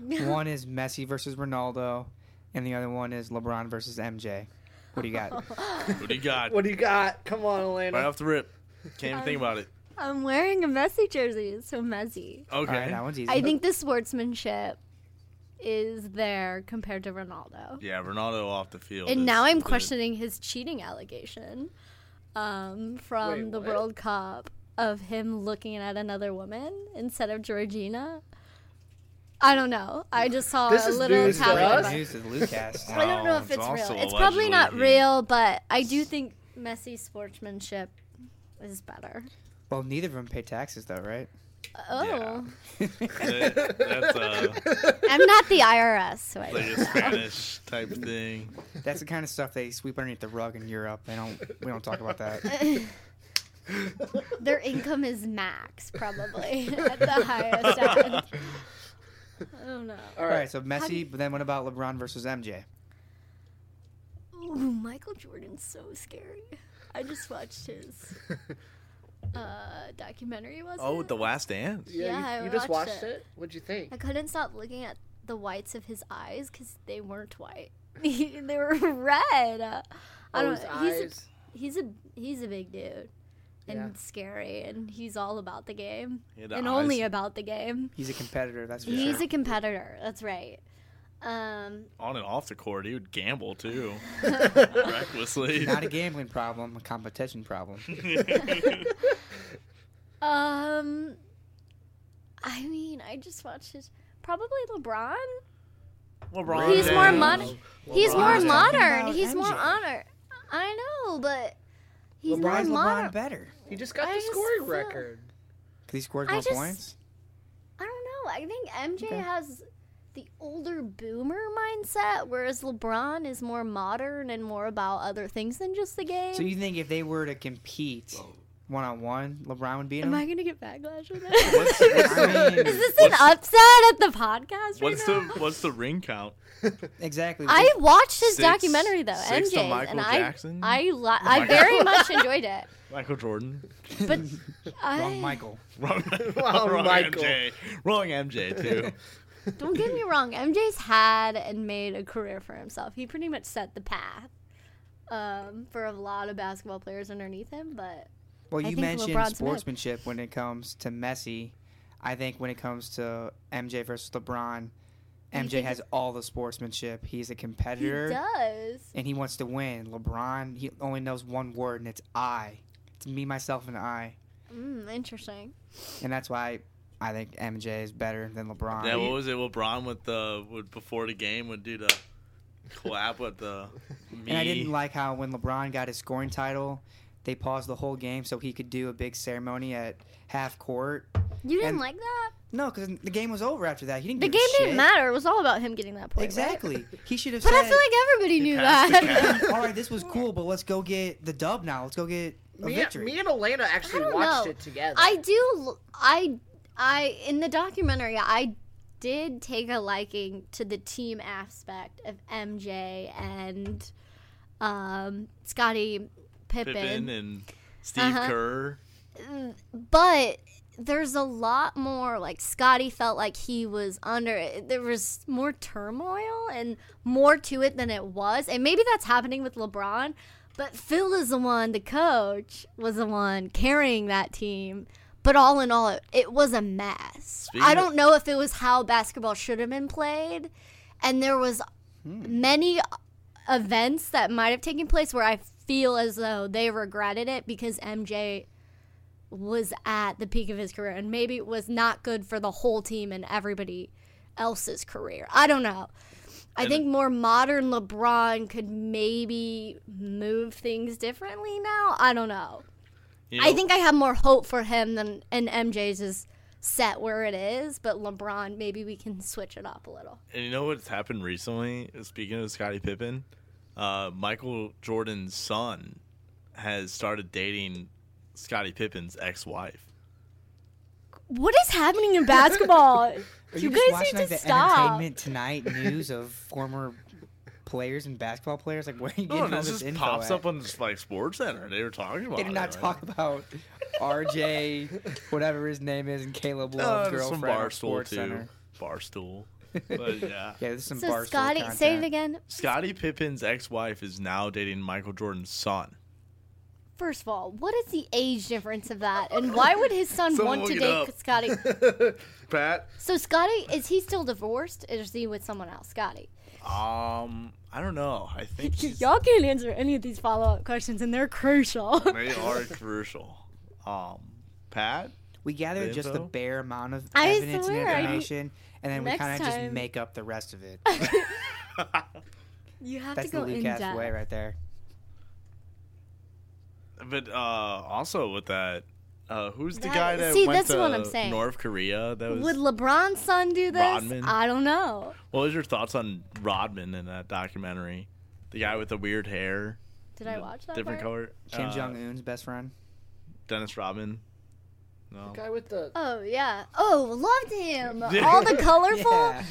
One is Messi versus Ronaldo, and the other one is LeBron versus MJ. What do you got? What do you got? What do you got? Come on, Right Elena. off the rip. Can't even think about it. I'm wearing a Messi jersey. It's so messy. All right, Okay. that one's easy. I think the sportsmanship is there compared to Ronaldo. yeah, Ronaldo off the field. And is now I'm the- questioning his cheating allegation um, from Wait, the what? World Cup of him looking at another woman instead of Georgina. I don't know. I just saw This a is little news to Italian. us. Breaking bu- news to the Lucas. I don't know Well, if it's, also real. It's probably not allegedly he- real, but I do think Messi's sportsmanship is better. Well, neither of them pay taxes though, right? Oh, Yeah. That- That's uh, a, I'm not the IRS, so I like don't a know. Spanish type thing. That's the kind of stuff they sweep underneath the rug in Europe. They don't. We don't talk about that. Their income is max, probably at the highest end. I don't know. All All right. right, so do you- Messi, but then what about LeBron versus MJ? Ooh, Michael Jordan's so scary. I just watched his uh, documentary. Was Oh, it? The Last Dance. Yeah, Yeah, you, I you just watched watched it. it. What'd you think? I couldn't stop looking at the whites of his eyes because they weren't white. they were red. Uh, I Oh, don't. his he's a, eyes. he's a he's a big dude and Yeah. scary, and he's all about the game Yeah, the and only eyes. about the game. He's a competitor. That's for He's sure. a competitor. That's right. Um, on and off the court, he would gamble too, recklessly. Not e- a gambling problem, a competition problem. um, I mean, I just watched his probably LeBron. LeBron He's more James. modern. Um, He's more LeBron's talking modern. about He's more MJ. honor. I know, but he's Why is more modern. LeBron better? He just got I the just scoring feel- record. Because he scores I more just- points. I don't know. I think MJ Okay. has the older boomer mindset, whereas LeBron is more modern and more about other things than just the game. So you think if they were to compete one on one, LeBron would beat him? Am I gonna get backlash for What's- that? what's I the- mean, is this an upset at the podcast right What's now? the what's the ring count? exactly. I watched his Six- documentary though, six to MJ, Michael and I, Jackson? Oh I, li- I Michael- very much enjoyed it. Michael Jordan. But I Wrong Michael. Wrong, Wrong wrong Michael. MJ. Wrong MJ too. don't get me wrong, MJ's had and made a career for himself. He pretty much set the path um, for a lot of basketball players underneath him, but Well, I you think mentioned LeBron Smith. sportsmanship when it comes to Messi. I think when it comes to MJ versus LeBron, MJ think has all the sportsmanship. He's a he competitor does. and he wants to win. LeBron, he only knows one word and it's I. It's me, myself, and I. Mm, interesting. And that's why I think MJ is better than LeBron. Yeah, what was it? LeBron with the would before the game would do the clap with the me. And I didn't like how when LeBron got his scoring title, they paused the whole game so he could do a big ceremony at half court. You didn't And- like that? No, because the game was over after that. He didn't. The give game a shit. didn't matter. It was all about him getting that point. right? Exactly. He should have But I said, feel like everybody knew passed the that. "All right, this was cool, but let's go get the dub now. Let's go get a Me, victory." me and Elena I actually don't watched know. it together. I do. l- I I in the documentary I did take a liking to the team aspect of MJ and um, Scotty Pippen, Pippen and Steve Uh-huh. Kerr. but there's a lot more like Scotty felt like he was under there was more turmoil and more to it than it was and maybe that's happening with LeBron but Phil is the one the coach was the one carrying that team but all in all it, it was a mess Speaking I of- don't know if it was how basketball should have been played and there was Hmm. many events that might have taken place where I feel as though they regretted it because MJ was at the peak of his career and maybe it was not good for the whole team and everybody else's career. I don't know. I And- think more modern LeBron could maybe move things differently now. I don't know. You I know, think I have more hope for him than and MJ's is set where it is, but LeBron maybe we can switch it up a little. And you know what's happened recently? Speaking of Scottie Pippen, uh, Michael Jordan's son has started dating Scottie Pippen's ex-wife. What is happening in basketball? Are you just guys watching need like to the stop. entertainment tonight news of former players and basketball players? Like, where are you getting No, all Oh, this this just info? pops at? up on just like Sports Center. They were talking about. They did not it, talk about RJ, whatever his name is, and Caleb Right? Uh, Love's there's some girlfriend. on barstool Sports too. Center. Barstool. But yeah. Yeah, there's some so barstool Scotty, content. say it again. Scottie Pippen's ex-wife is now dating Michael Jordan's son. First of all, what is the age difference of that, and why would his son Someone want to look it date up. Scotty? Pat. So Scotty, is he still divorced? Or is he with someone else? Scotty, Um, I don't know. I think he's, y'all can't answer any of these follow-up questions, and they're crucial. they are crucial. Um, Pat. We gathered just the Info? bare amount of I evidence swear, and I- information, and then we Next kind of just time- make up the rest of it. you have That's to go the in Luke ass depth. way right there. But uh, also with that, uh, who's the That- guy that see, went that's to what I'm saying. North Korea? That was. Would LeBron's son do this? Rodman. I don't know. what was your thoughts on Rodman in that documentary? The guy with the weird hair, Did I watch that? different part? color. Kim Uh, Jong Un's best friend. Dennis Rodman. No. guy with the Oh yeah. Oh, loved him. Yeah. All the colorful. Yeah.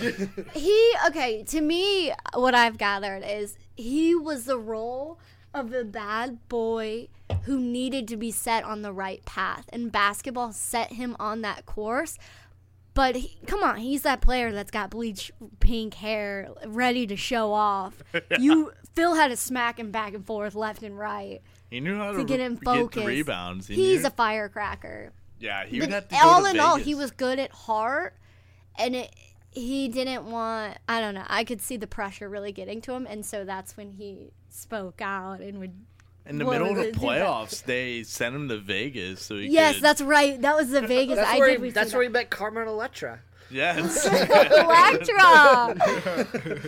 he okay to me what i've gathered is he was the role of the bad boy who needed to be set on the right path and basketball set him on that course but he, come on he's that player that's got bleach pink hair ready to show off you phil had to smack him back and forth left and right He knew how to, to get him the focused rebounds. He he's knew- a firecracker yeah. He would but have to all go in to all, Vegas. he was good at heart, and it he didn't want. I don't know. I could see the pressure really getting to him, and so that's when he spoke out and would. in the Well, middle of they the do that. playoffs. They sent him to Vegas so he Yes, could- that's right. That was the Vegas. that's I where did. he, we that's see where he met Carmen Electra. yes. that. Electra.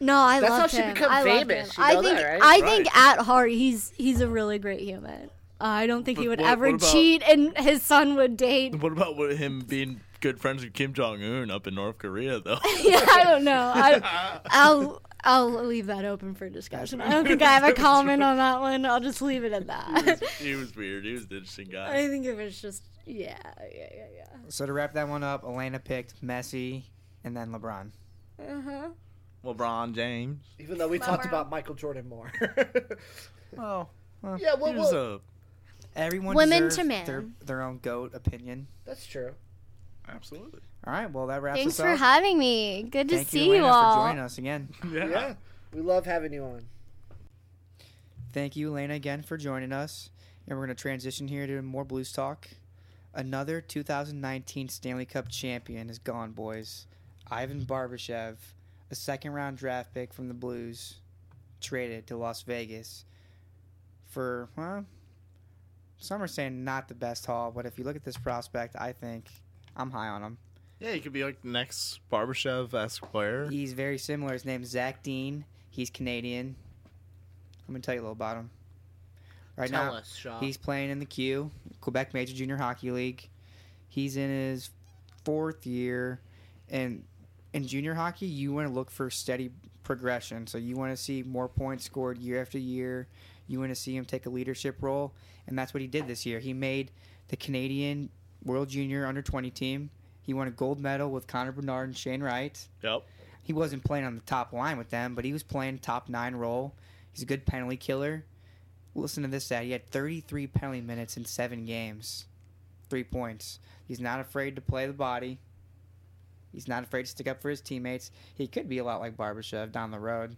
no, I That's how loved she him. become I loved famous. him. You I know think. that, right? I Right. think at heart, he's he's a really great human. I don't think he But would what- ever what about- cheat, and his son would date. What about with him being good friends with Kim Jong Un up in North Korea, though. yeah, I don't know. I, I'll I'll leave that open for discussion. I don't think I have a comment on that one. I'll just leave it at that. he was weird. He was an interesting guy. I think it was just yeah, yeah, yeah, yeah. So to wrap that one up, Elena picked Messi and then LeBron. Uh Uh-huh. huh. LeBron James. Even though we My talked world. about Michael Jordan more. Oh, yeah, well, He was well a everyone Women deserves to man. Their, their own goat opinion. that's true. absolutely. All right, well that wraps Thanks us up. for having me. Good to Thank see you, you, Elena, for all. joining us again. Yeah. Yeah, we love having you on. Thank you, Elena, again for joining us. And we're going to transition here to more blues talk. Another 2019 Stanley Cup champion is gone, boys. Ivan Barbashev, a second round draft pick from the Blues, traded to Las Vegas for, well, some are saying not the best haul, but if you look at this prospect, I think I'm high on him. Yeah, he could be like the next Barbashev esque player. He's very similar. His name's Zach Dean. He's Canadian. I'm going to tell you a little about him. Right now, us, Shaw. He's playing in the Q, Quebec Major Junior Hockey League. He's in his fourth year, and in junior hockey, you want to look for steady progression. So you want to see more points scored year after year. You want to see him take a leadership role, and that's what he did this year. He made the Canadian World Junior Under 20 team. He won a gold medal with Connor Bernard and Shane Wright Yep. he wasn't playing on the top line with them, but he was playing top nine role. He's a good penalty killer. Listen to this stat. He had 33 penalty minutes in seven games, three points. He's not afraid to play the body. He's not afraid to stick up for his teammates. He could be a lot like Barbashev down the road.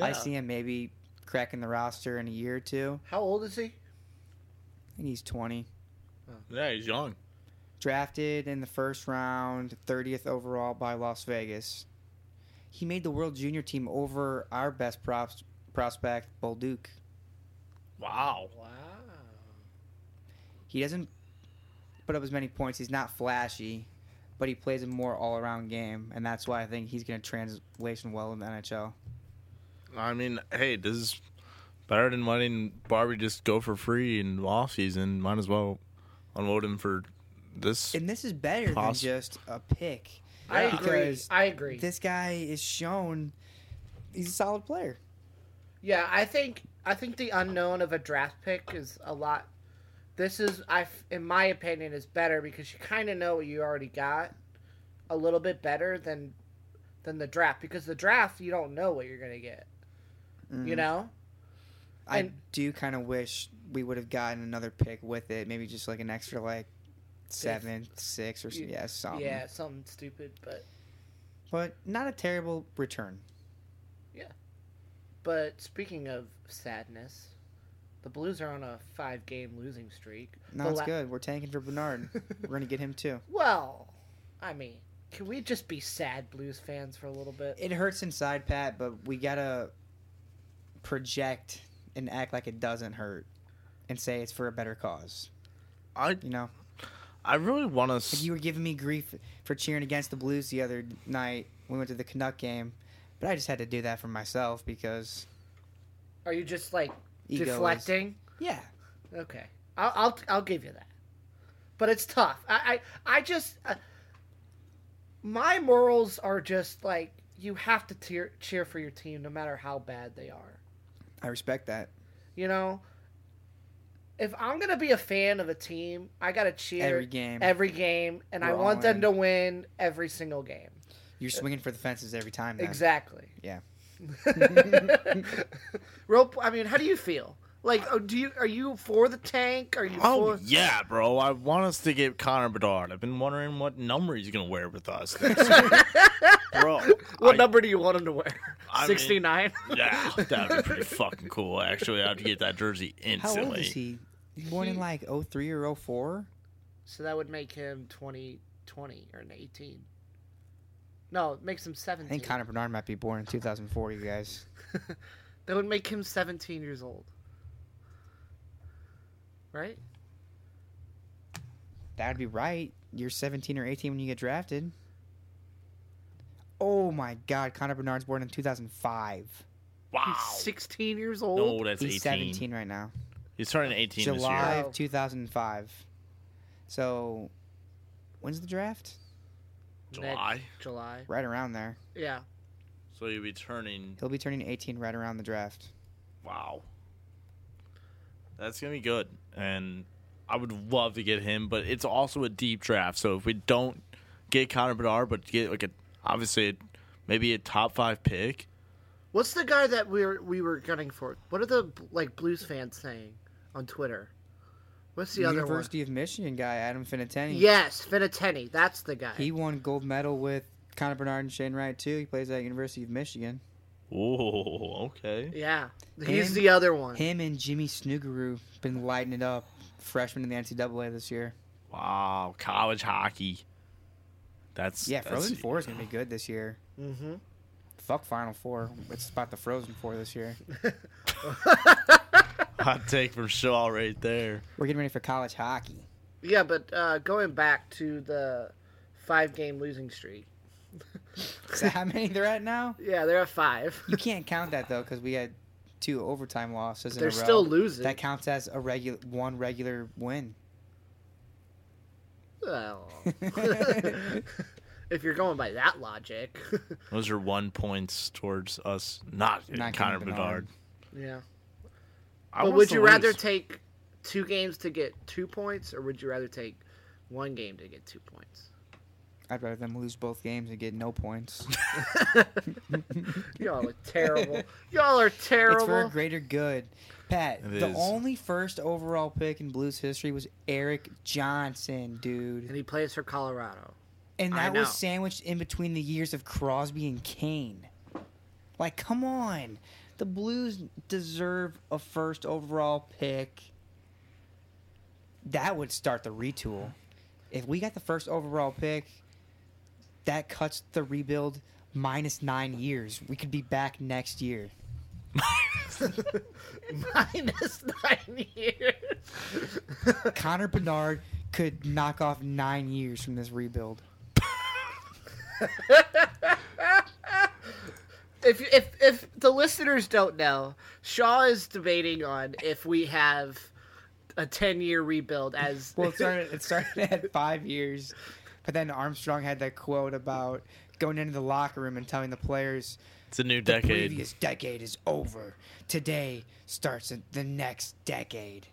I Yeah. see him maybe cracking the roster in a year or two. How old is he? I think he's 20. Yeah, he's young. drafted in the first round, 30th overall by Las Vegas. He made the World Junior team over our best props, prospect, Bolduc. Wow. Wow. He doesn't put up as many points. He's not flashy, but he plays a more all-around game, and that's why I think he's going to translation well in the NHL. I mean, hey, this is better than letting Barbie just go for free in off season. Might as well unload him for this. And this is better Poss- than just a pick. I agree. Because I agree. This guy is shown he's a solid player. Yeah, I think I think the unknown of a draft pick is a lot. This is I, f- in my opinion, is better because you kind of know what you already got, a little bit better than than the draft because the draft you don't know what you're gonna get. Mm-hmm. You know, I And- do kind of wish we would have gotten another pick with it. Maybe just like an extra like seventh, six, or s- Y- yeah, something. yeah, something stupid, but But not a terrible return. but speaking of sadness, the Blues are on a five game losing streak. No, The it's la- good. We're tanking for Bernard. We're gonna get him too. Well, I mean, can we just be sad Blues fans for a little bit? It hurts inside, Pat, but we gotta project and act like it doesn't hurt, and say it's for a better cause. I You know, I really want like to. you were giving me grief for cheering against the Blues the other night. We went to the Canuck game, but I just had to do that for myself because Are you just like ego is- deflecting? yeah, Okay, I'll, I'll I'll give you that, but it's tough. I I, I just uh, my morals are just like you have to tear, cheer for your team no matter how bad they are. I respect that. You know, if I'm gonna be a fan of a team, I gotta cheer Every game. every game, and I We're all want them in. to win every single game. You're swinging for the fences every time. Then. Exactly. Yeah. Rope. I mean, how do you feel? Like, oh, do you are you for the tank? Are you? Oh for... yeah, bro! I want us to get Connor Bedard. I've been wondering what number he's gonna wear with us, next year. bro. What I- number do you want him to wear? I mean- Sixty nine. Yeah, that'd be pretty fucking cool. Actually, I have to get that jersey How instantly. old is he? He's born in like 03 or 04? So that would make him 20, 20 or an 18. No, it makes him I 17. think Connor Bernard might be born in 2004, you guys. That would make him 17 years old. Right? That'd be right. You're 17 or 18 when you get drafted. Oh my God, Connor Bernard's born in 2005. Wow. He's 16 years No, old. that's He's 18. 17 right now. He's turning 18 this July year. of 2005. So, when's the draft? July. July. right around there. Yeah. So you'll be turning. He'll be turning 18 right around the draft. Wow. That's gonna be good, and I would love to get him. But it's also a deep draft, so if we don't get Connor Bedard, but get like a obviously maybe a top five pick, What's the guy that we were we were gunning for? What are the like blues fans saying on Twitter? What's the other one? University of Michigan guy, Adam Finitani. Yes, Finiteni. That's the guy. He won gold medal with Connor Bernard and Shane Wright, too. He plays at University of Michigan. Oh, okay. yeah, he's Him? the other one. Him and Jimmy Snoogaroo been lighting it up. Freshman in the NCAA this year. Wow, college hockey. That's Yeah, that's- Frozen Four is gonna be good this year. Mm-hmm. Fuck Final Four. It's about the Frozen Four this year. Hot take from Shaw right there. We're getting ready for college hockey. Yeah, but uh, going back to the five game losing streak. Is that how many they're at now? Yeah, they're at five. You can't count that though, because we had two overtime losses. In They're a row. still losing. That counts as a regular one regular win. Well, if you're going by that logic, Those are one points towards us not, Not Connor getting Bedard. Bedard. yeah. I but want would us you to lose. rather take two games to get two points, or would you rather take one game to get two points? I'd rather them lose both games and get no points. Y'all are terrible. Y'all are terrible. It's for a greater good. Pat, It the is. only first overall pick in Blues history was Eric Johnson, dude. and he plays for Colorado. And I that know. was sandwiched in between the years of Crosby and Kane. Like, come on. The Blues deserve a first overall pick. That would start the retool. If we got the first overall pick, that cuts the rebuild minus nine years. We could be back next year. Minus nine years. Connor Bernard could knock off nine years from this rebuild. if if if the listeners don't know, Shaw is debating on if we have a ten year rebuild as Well, it started, it started at five years, but then Armstrong had that quote about going into the locker room and telling the players, It's a new the decade. previous decade is over. Today starts the next decade.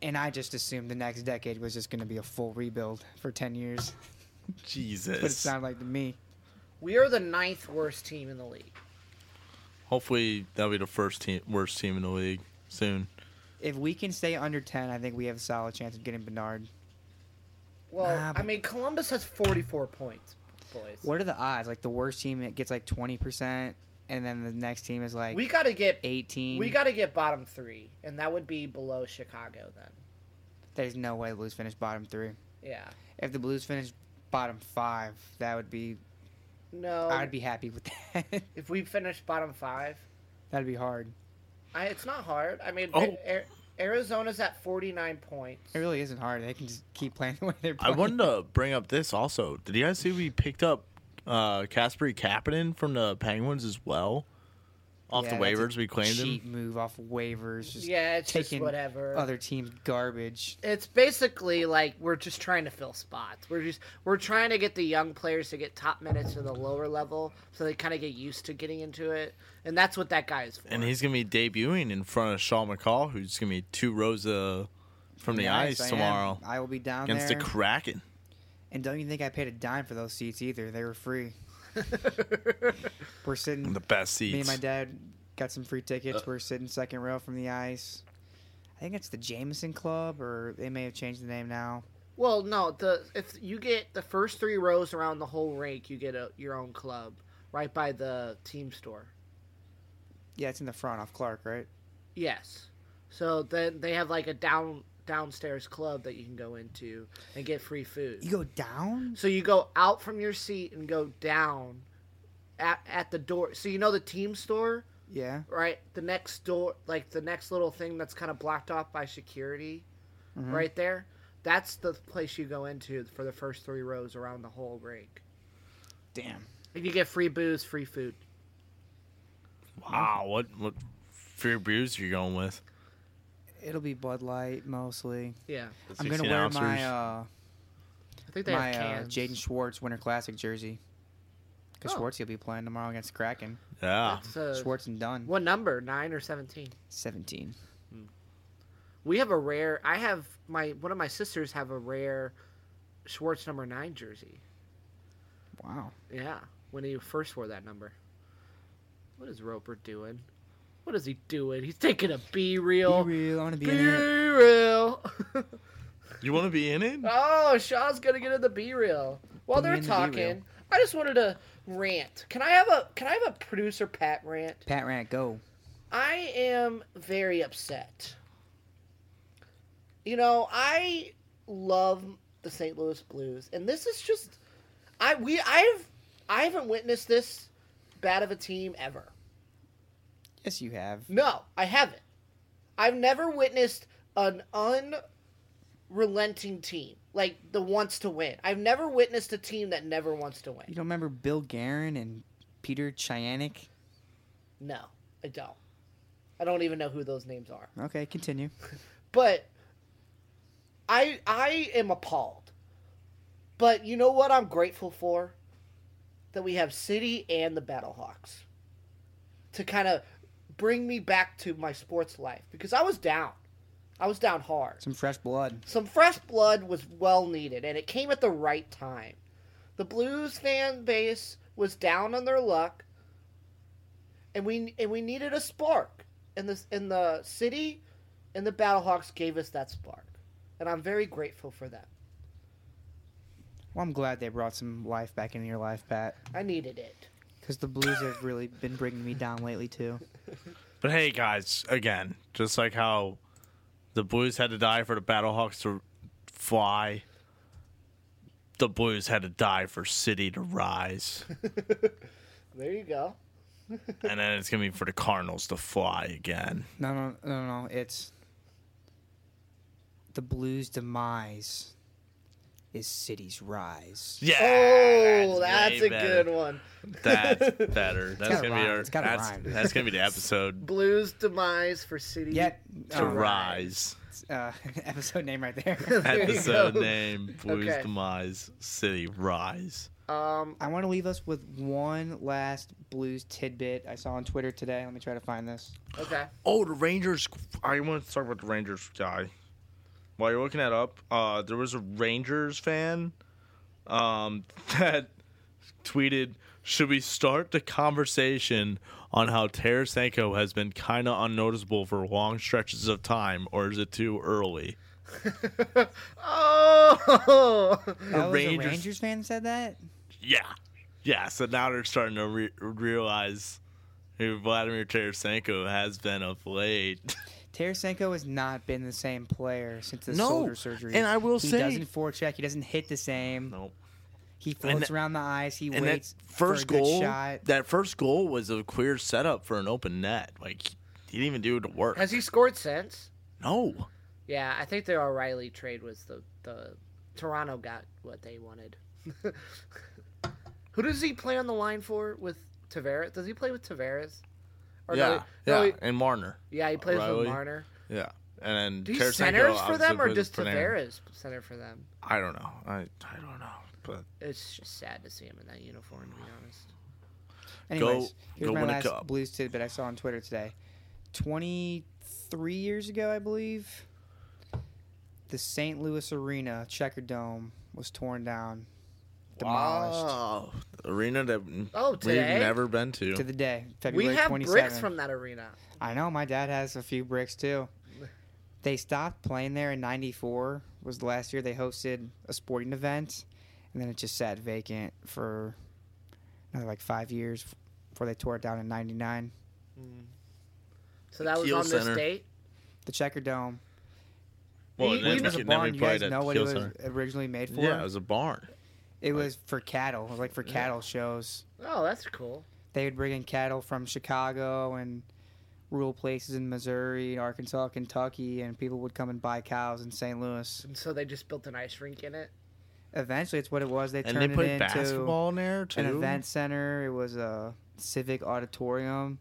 And I just assumed the next decade was just going to be a full rebuild for 10 years. But it Jesus. sounded like to me. we are the ninth worst team in the league. Hopefully that'll be the first team, worst team in the league soon. If we can stay under 10, I think we have a solid chance of getting Bernard. Well, Nah, I but- mean Columbus has forty four points, boys. What are the odds? Like the worst team it gets like 20%, and then the next team is like we gotta get 18. we gotta get bottom three, and that would be below Chicago then. There's no way the Blues finish bottom three. Yeah. If the Blues finish bottom five, that would be. No I'd be happy with that. if we finish bottom five. That'd be hard. I, it's not hard. I mean Oh. A- A- Arizona's at forty nine points. It really isn't hard. They can just keep playing the way they're I playing. wanted to bring up this also. Did you guys see we picked up uh Kasperi Kapanen from the Penguins as well? Off Yeah, the that's a waivers, we claimed cheat him. move off waivers. Just Yeah, it's just taking whatever. Other team's garbage. it's basically like we're just trying to fill spots. We're just we're trying to get the young players to get top minutes to the lower level, so they kind of get used to getting into it, and that's what that guy is for. And he's gonna be debuting in front of Shaw McCall, who's gonna be two rows uh, from the ice I am. tomorrow I will be down against there. the Kraken. and don't you think I paid a dime for those seats either? They were free. We're sitting. The best Me seats. and my dad got some free tickets. We're sitting second row from the ice. I think it's the Jameson Club, or they may have changed the name now. well, no, the if you get the first three rows around the whole rink, you get a, your own club right by the team store. Yeah, it's in the front off Clark, right? Yes, so then they have like a down downstairs club that you can go into and get free food. You go down? So you go out from your seat and go down at, at the door. So you know the team store, Yeah. right? The next door, like the next little thing that's kind of blocked off by security, Mm-hmm. right there. That's the place you go into for the first three rows around the whole rink. Damn. And you get free booze, free food. Wow, what what fear brews are you going with? It'll be Bud Light mostly. Yeah. I'm gonna wear my uh, I think they my have uh, cans. Jaden Schwartz Winter Classic jersey. Because Oh. Schwartz will be playing tomorrow against Kraken. Yeah. That's, uh, Schwartz and Dunn. What number? Nine or seventeen? 17. We have a rare. I have my one of my sisters have a rare Schwartz number nine jersey. Wow. Yeah, when he first wore that number. What is Roper doing? What is he doing? He's taking a B reel. Be real. I want to be, B in it. reel. You want to be in it? oh, Shaw's gonna get in the B reel. Put While me they're in the talking, B-reel. I just wanted to rant. Can I have a Can I have a producer Pat rant? Pat Rant, go. I am very upset. You know, I love the St. Louis Blues, and this is just I we I've I haven't witnessed this bad of a team ever. Yes, you have. No, I haven't. I've never witnessed an unrelenting team like the wants to win. I've never witnessed a team that never wants to You win. don't remember Bill Guerin and Peter Chianik? No, I don't. I don't even know who those names are. Okay, continue. but I I am appalled. But you know what I'm grateful for? That we have City and the Battlehawks to kind of bring me back to my sports life because I was down. I was down hard. Some fresh blood. Some fresh blood was well needed and it came at the right time. The Blues fan base was down on their luck and we and we needed a spark. And this in the city and the Battlehawks gave us that spark. And I'm very grateful for that. Well, I'm glad they brought some life back into your life, Pat. I needed it. Because the Blues have really been bringing me down lately, too. But hey, guys, again, just like how the Blues had to die for the Battlehawks to fly, the Blues had to die for City to rise. There you go. and then it's going to be for the Cardinals to fly again. No, no, no, no. It's the Blues' demise is City's rise. Yeah. Oh, that's way a better. good one. That's better. That's gotta gonna be rhyme. our. It's gotta That's, rhyme. that's gonna be the episode. Blues demise for City. Yet to uh, rise. Uh, episode name right there. There you Episode go. name: Blues Okay. demise. City rise. Um I want to leave us with one last Blues tidbit I saw on Twitter today. Let me try to find this. okay. Oh, the Rangers. I want to talk about the Rangers guy. While you're looking that up, uh, there was a Rangers fan um, that tweeted, "Should we start the conversation on how Tarasenko has been kind of unnoticeable for long stretches of time, or is it too early?" Oh That was Rangers- a Rangers fan said that. Yeah, yeah. So now they're starting to re- realize who Vladimir Tarasenko has been of late. Tarasenko has not been the same player since the No, shoulder surgery. and I will he say- doesn't forecheck. He doesn't hit the same. Nope. He floats that- around the ice. He and that waits first for a good goal, shot. that first goal was a queer setup for an open net. Like he didn't even do the work. has he scored since? no, Yeah, I think their O'Reilly trade was the the Toronto got what they wanted. Who does he play on the line for with Tavares? Does he play with Tavares? Or no, yeah, he- no, yeah, and Marner, he- yeah, he plays O'Reilly. with Marner. yeah, and Do then he Tarasenko centers for obviously them or plays does with Panarin. Tavares center for them? I don't know. I I don't know. But It's just sad to see him in that uniform, to be honest. Anyways, Go- here's go my win a last cup. Blues tidbit I saw on Twitter today. 23 years ago, I believe, the St. Louis Arena, Checker Dome, was torn down, demolished wow, arena that Oh, today? we've never been to. to the day, February We have 27th. bricks from that arena. I know, my dad has a few bricks too. They stopped playing there in 94, was the last year they hosted a sporting event, and then it just sat vacant for another like five years before they tore it down in 99. So that was Keel on this Center. date. The Checker Dome. well, you- then you It was we- a then we barn. You played guys at know what it Keel was Center. originally made for? Yeah, it was a barn. for cattle. It was like for cattle shows. Oh, that's cool. They would bring in cattle from Chicago and rural places in Missouri, Arkansas, Kentucky, and people would come and buy cows in St. Louis. And so they just built an ice rink in it. Eventually, it's what it was. They And turned they it played into basketball in there too. an event center. It was a civic auditorium.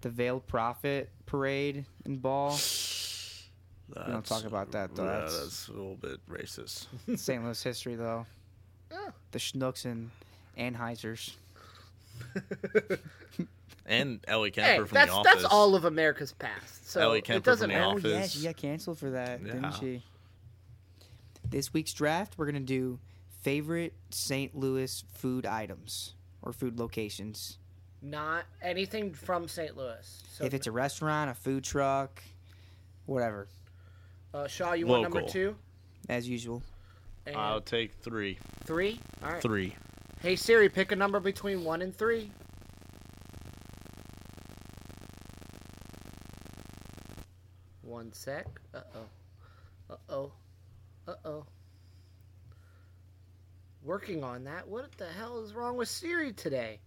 The Veiled Prophet Parade and Ball. That's, don't talk about that, though. Yeah, That's- that's a little bit racist. St. Louis history, though. Oh. the Schnucks and Anheuser's. and Ellie Hey, Kemper from that's the office. that's all of America's past. So Ellie it Kemper doesn't from The matter. Oh yeah, Office. she got canceled for that, Yeah. didn't she? This week's draft, we're gonna do favorite St. Louis food items or food locations. Not anything from St. Louis. So if it's a restaurant, a food truck, whatever, uh, Shaw, you want number Local. Uh, two as usual. and I'll take three. three. All right. Three. Hey Siri, pick a number between one and three. One sec. Uh oh. Uh oh. Uh oh. Working on that. What the hell is wrong with Siri today?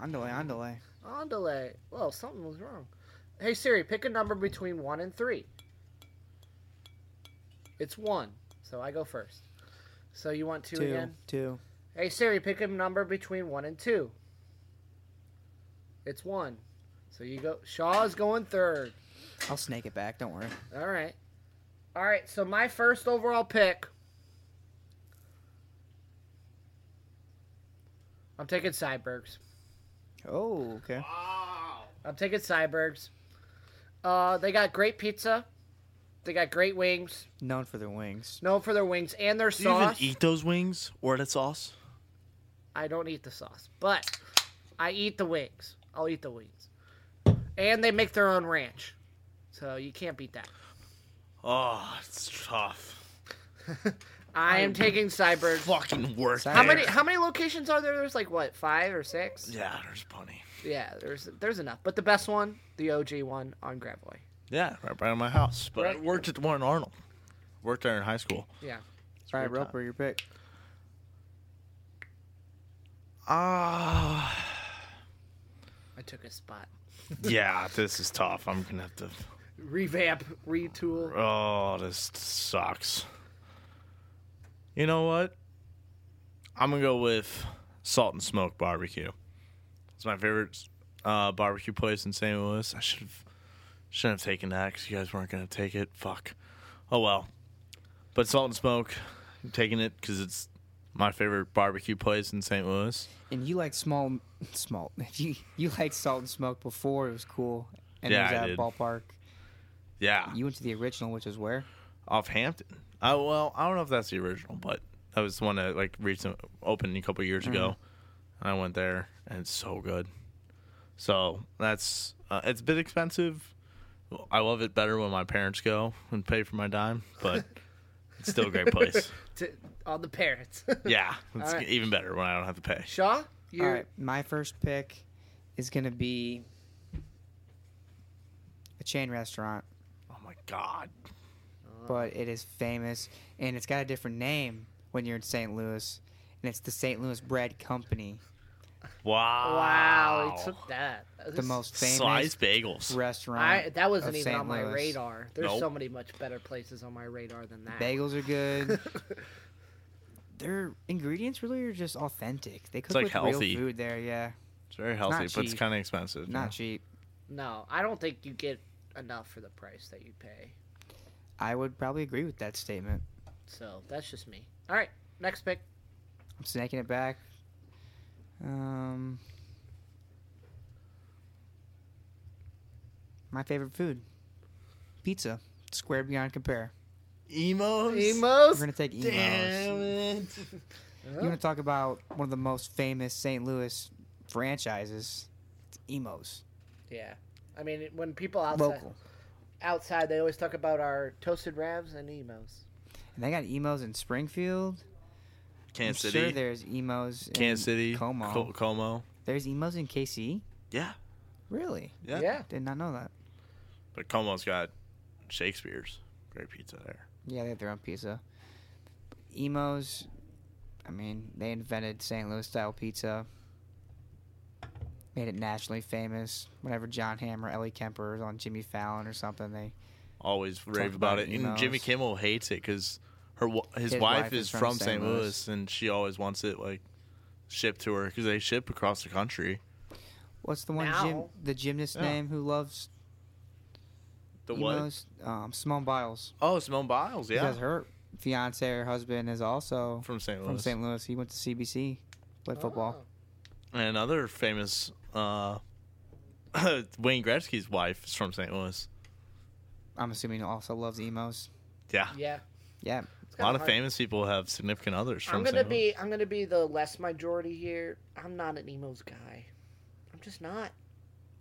On delay, on delay. On delay. Well, something was wrong. Hey Siri, pick a number between one and three. It's one, so I go first. So you want two, Two, again? two. Hey Siri, pick a number between one and two. It's one, so you go. Shaw's going third. I'll snake it back. Don't worry. All right, all right. So my first overall pick. I'm taking Cybergs. Oh, okay. I'm taking Cybergs. Uh, they got great pizza. They got great wings. Known for their wings. Known for their wings and their Do you even sauce. eat those wings or that sauce? I don't eat the sauce, but I eat the wings. I'll eat the wings. And they make their own ranch. So you can't beat that. Oh, it's tough. I am taking Cybergs. Fucking work. How How there. many how many locations are there? There's like what, five or six? Yeah, there's plenty. Yeah, there's there's enough. But the best one, the OG one on Gravoy. Yeah, right by my house. But I Right. worked at the one in Arnold. Worked there in high school. Yeah. All right, your Roper, your pick. Ah. I took a spot. yeah, this is tough. I'm gonna have to. Revamp, retool. Oh, this sucks. You know what? I'm gonna go with Salt and Smoke Barbecue. It's my favorite uh, barbecue place in St. Louis. I should have shouldn't have taken that because you guys weren't gonna take it. Fuck. Oh well. But Salt and Smoke, I'm taking it because it's my favorite barbecue place in St. Louis. And you liked small, small. You you liked Salt and Smoke before it was cool, and Yeah, it was I at did. ballpark. Yeah, You went to the original, which is where. off Hampton. I well, I don't know if that's the original, but that was the one that like recent opened a couple years ago. And I went there, and it's so good. So that's uh, it's a bit expensive. I love it better when my parents go and pay for my dime, but it's still a great place. To, on the parents. Yeah, it's All right. even better when I don't have to pay. Shaw, you All right, my first pick is gonna be a chain restaurant, Oh my god! but it is famous and it's got a different name when you're in St. Louis, and it's the St. Louis Bread Company, Wow! Wow, he took that. the most famous sliced bagels. restaurant. I that wasn't of even St. on my Louis. radar. There's Nope. so many much better places on my radar than that. Bagels are good. Their ingredients really are just authentic. They cook like, with healthy. real food there. Yeah, It's very healthy, but it's cheap. kind of expensive. not cheap. No, I don't think you get enough for the price that you pay. I would probably agree with that statement. So that's just me. All right, next pick. I'm snaking it back. Um, my favorite food, pizza, square beyond compare. Emos. We're Emos. gonna take emos. Damn it! Uh-huh. You want to talk about one of the most famous St. Louis franchises? It's emos, Yeah, I mean it- when people outside local, outside they always talk about our toasted ravs and emos. and they got emos in Springfield. I'm Kansas City. sure there's emos in Kansas City, Como. Co- Como. there's emos in KC. Yeah, Really? yeah, yeah. Did not know that. But Como's got Shakespeare's great pizza there. Yeah, they have their own pizza. Emos, I mean, they invented St. Louis style pizza, made it nationally famous. Whenever John Hamm or Ellie Kemper is on Jimmy Fallon or something, they Always rave about about, it. And emos. Jimmy Kimmel hates it because her wa- his, His wife, is from St. Louis. Louis. and she always wants it like shipped to her because they ship across the country. what's the one gym, Now? the gymnast Yeah. name who loves The what? emos? Um, Simone Biles. Oh, Simone Biles. Yeah, because her fiance or husband is also from St. Louis. from St. Louis. He went to CBC, Oh, played football. And other famous uh, Wayne Gretzky's wife is from St. Louis. I'm assuming he also loves emos. Yeah. Oh, yeah. Yeah, It's A lot kinda of hard. famous people have significant others from I'm gonna St. Louis. be I'm gonna be the less majority here. I'm not an emos guy. I'm just not.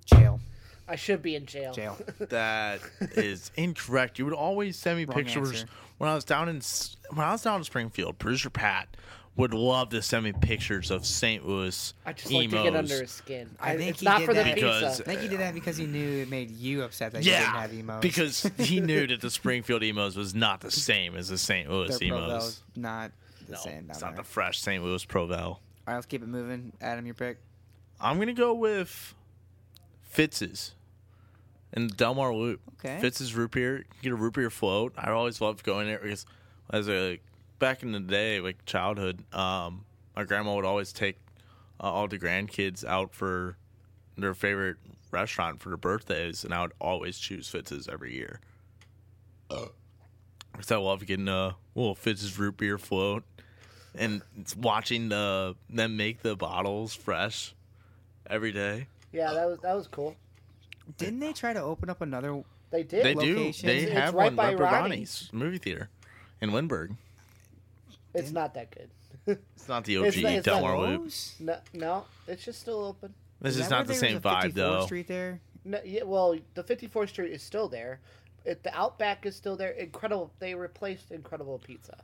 jail. I should be in jail. Jail. That is incorrect. You would always send me Wrong pictures answer. when I was down in S- when I was down in Springfield. Producer Pat would love to send me pictures of St. Louis I just emos. like to get under his skin. I I think think it's he not did for the that because I think he did that because he knew it made you upset that yeah, you didn't have emos. because he knew that the Springfield emos was not the same as the St. Louis their emos. Provel's not the No, same. Down it's there. not the fresh St. Louis Provel. All right, let's keep it moving. Adam, your pick. I'm gonna go with Fitz's and Delmar Loop. Okay. Fitz's root beer. You can get a root beer float. I always loved going there because as a back in the day, like childhood, um, my grandma would always take uh, all the grandkids out for their favorite restaurant for their birthdays, and I would always choose Fitz's every year. Because I love getting a little Fitz's root beer float and watching the, them make the bottles fresh every day. yeah, that was that was cool. Didn't they try to open up another? They did. They Location. do. They It's- it's have right one by at Ronnie's. Ronnie's movie theater in Lindbergh. It's not that good. It's not the OG It's not- it's not Delmar Loop. Is No, no, it's just still open. This is that not the where there same was a 54th vibe though. Street there. No, yeah, well, the 54th Street is still there. It, the Outback is still there. Incredible. They replaced Incredible Pizza.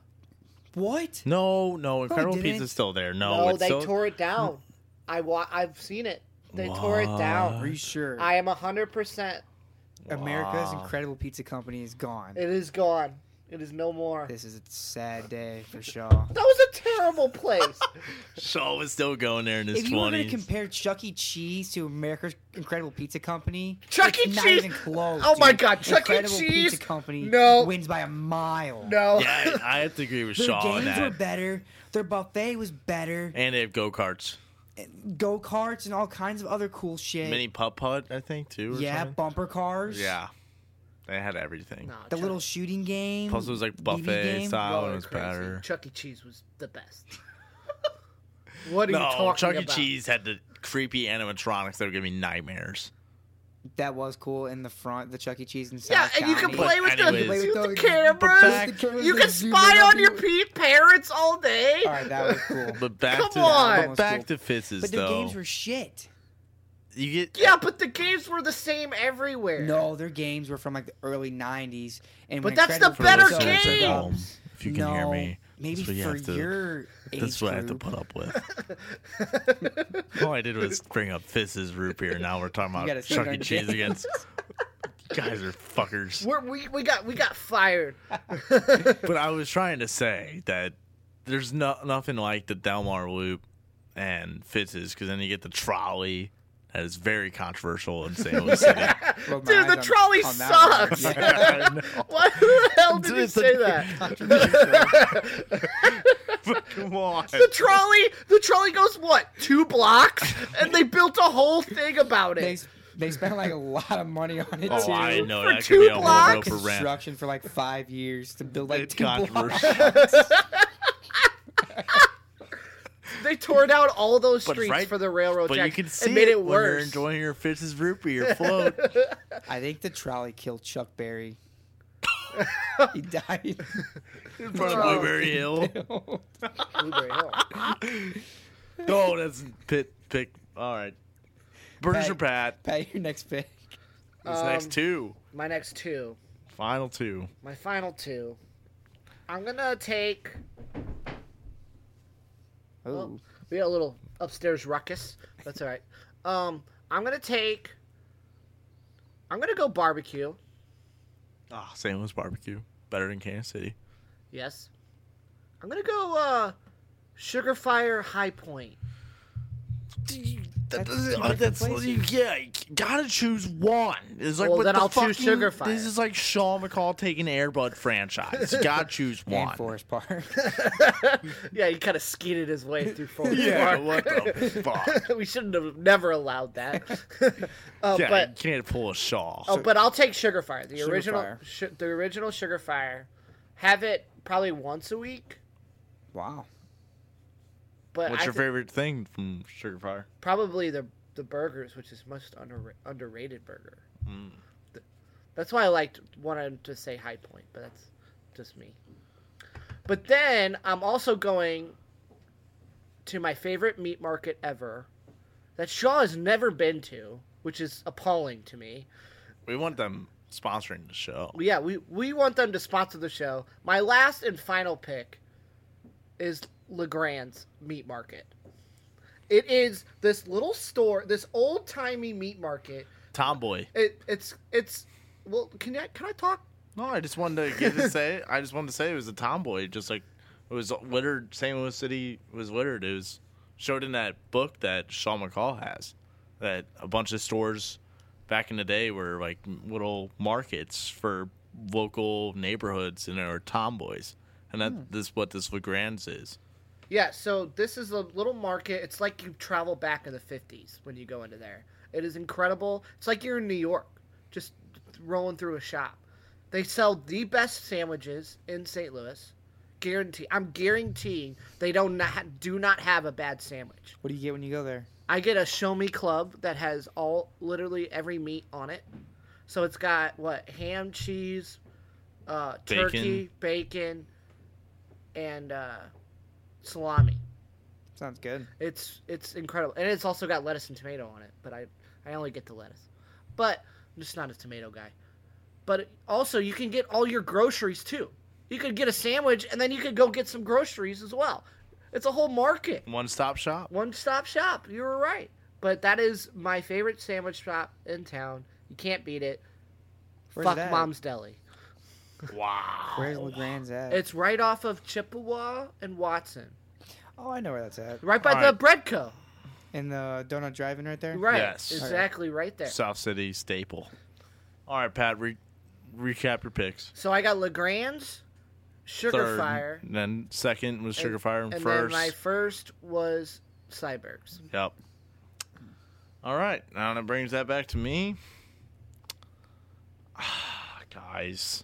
What? No, no, Incredible didn't. Pizza's still there. No, No, Oh, it's they still- tore it down. I wa- I've seen it. They tore it down. Are you sure? I am 100%. America's Wow. incredible pizza company is gone. It is gone. It is no more. This is a sad day for Shaw. That was a terrible place. Shaw was still going there in his If you were going to twenties. compare Chuck E. Cheese to America's Incredible Pizza Company, Chuck E. it's not Cheese- even close. Oh my dude. God, Chuck E. Incredible Cheese? Pizza Company No. wins by a mile. no. yeah, I I have to agree with Their Shaw on games were that. better. Their buffet was better. And they have go karts, Go karts and all kinds of other cool shit. mini putt putt, I think too. Or yeah, something. bumper cars. yeah, they had everything. No, The Chuck- little shooting game. Plus, it was like uh, BB buffet game. style, y'all and are it was crazy. better. Chuck E. Cheese was the best. what are you No, talking Chuck E. about? Cheese had the creepy animatronics that were giving me nightmares. That was cool in the front, the Chuck E. Cheese and Yeah, and you can play with the, anyways. You can play with the with cameras. the- the cameras you can and zoom in spy on on your pe- parents all day. All right, that was cool. But back Come to on! but back to Fitz's but the though. games were shit. you get Yeah, but the games were the same everywhere. No, their games were from like the early '90s, and But when that's the Incredible better Pizza listeners was at games! up- home, If you can no, hear me, maybe that's what you for have to, your age that's what I have to group. put up with. All I did was bring up Fizz's root beer. Now we're talking gotta about sit Chuck on E. your Cheese games. against. You guys are fuckers. We're, we we got we got fired. But I was trying to say that there's no, nothing like the Delmar Loop and Fitz's because then you get the trolley that is very controversial in St. Louis City. Well, my Dude, eyes the on- trolley on that one. sucks. Yeah. I know. Why who the hell did you It's a- say that? Come on. The trolley the trolley goes what two blocks, and they built a whole thing about They it. they spent like a lot of money on it Oh, too. I know For that two could be a whole rope blocks? for rent. Construction for like five years to build like It's two blocks. controversial. They tore down all those But streets right- for the railroad But tracks you can see and made it, when you're worse. enjoying your Fitz's root beer float. I think the trolley killed Chuck Berry. he died. in front of Blueberry Hill. Blueberry Hill. Oh, that's pit pick. All right, Burns or Pat? Pat, your next pick. These um, next two, My next two, final two. my final two. I'm gonna take. Oh, We had a little upstairs ruckus. That's all right. Um, I'm gonna take. I'm gonna go barbecue. Ah, St. Louis barbecue, better than Kansas City. Yes. I'm gonna go uh, Sugar Fire High Point. That That's doesn't. two uh, different that's you, yeah. You gotta choose one. It's like Well, with then the I'll choose fucking- Sugar Fire. This is like Sean McCall taking the Airbud franchise. You gotta choose and one. Forest Park. Yeah, he kind of skeeted his way through Forest yeah, Park. what the fuck? we shouldn't have never allowed that. uh, Yeah, but you can't pull a Shaw. Oh, but I'll Oh, take Sugar Fire, the Sugar original, Fire. Su- the original Sugar Fire. Have it probably once a week. Wow. But What's I your thi- favorite thing from Sugar Fire? probably the the burgers, which is most under, underrated burger. Mm. Th- That's why I liked wanted to say High Point, but that's just me. But then I'm also going to my favorite meat market ever, that Shaw has never been to, which is appalling to me. We want them sponsoring the show. Yeah, we we want them to sponsor the show. My last and final pick is Legrand's Meat Market. It is this little store, this old timey meat market. Tomboy. It it's it's well, can I can I talk? No, I just wanted to get to say. I just wanted to say it was a tomboy, just like it was littered. St. Louis City was littered. It was showed in that book that Shaw McCall has. That a bunch of stores back in the day were like little markets for local neighborhoods and there were tomboys, and Hmm. that this what this Legrand's is. Yeah, so this is a little market. It's like you travel back in the 50s when you go into there. It is incredible. It's like you're in New York, just rolling through a shop. They sell the best sandwiches in St. Louis. Guarantee. I'm guaranteeing they don't not, do not have a bad sandwich. What do you get when you go there? I get a show me club that has all literally every meat on it. So it's got what ham, cheese, uh, Bacon. turkey, bacon, and uh, salami. Sounds good. It's it's incredible, and it's also got lettuce and tomato on it. But I I only get the lettuce, but I'm just not a tomato guy. But also, you can get all your groceries too. You could get a sandwich, and then you could go get some groceries as well. It's a whole market, One stop shop. one stop shop. You were right, but that is my favorite sandwich shop in town. You can't beat it. Where's Fuck it at? Mom's Deli. Wow. Where's Legrand's at? It's right off of Chippewa and Watson, oh, I know where that's at. right by All the right. bread co. In the donut driving right there. Right, Yes. exactly, right there. South City staple. All right, Pat. Re- recap your picks. So I got Legrand's, Sugar Third, Fire, and Then second was Sugar and- Fire, and, and first. then my first was Cyberg's. Yep. All right. Now that brings that back to me. Ah, guys,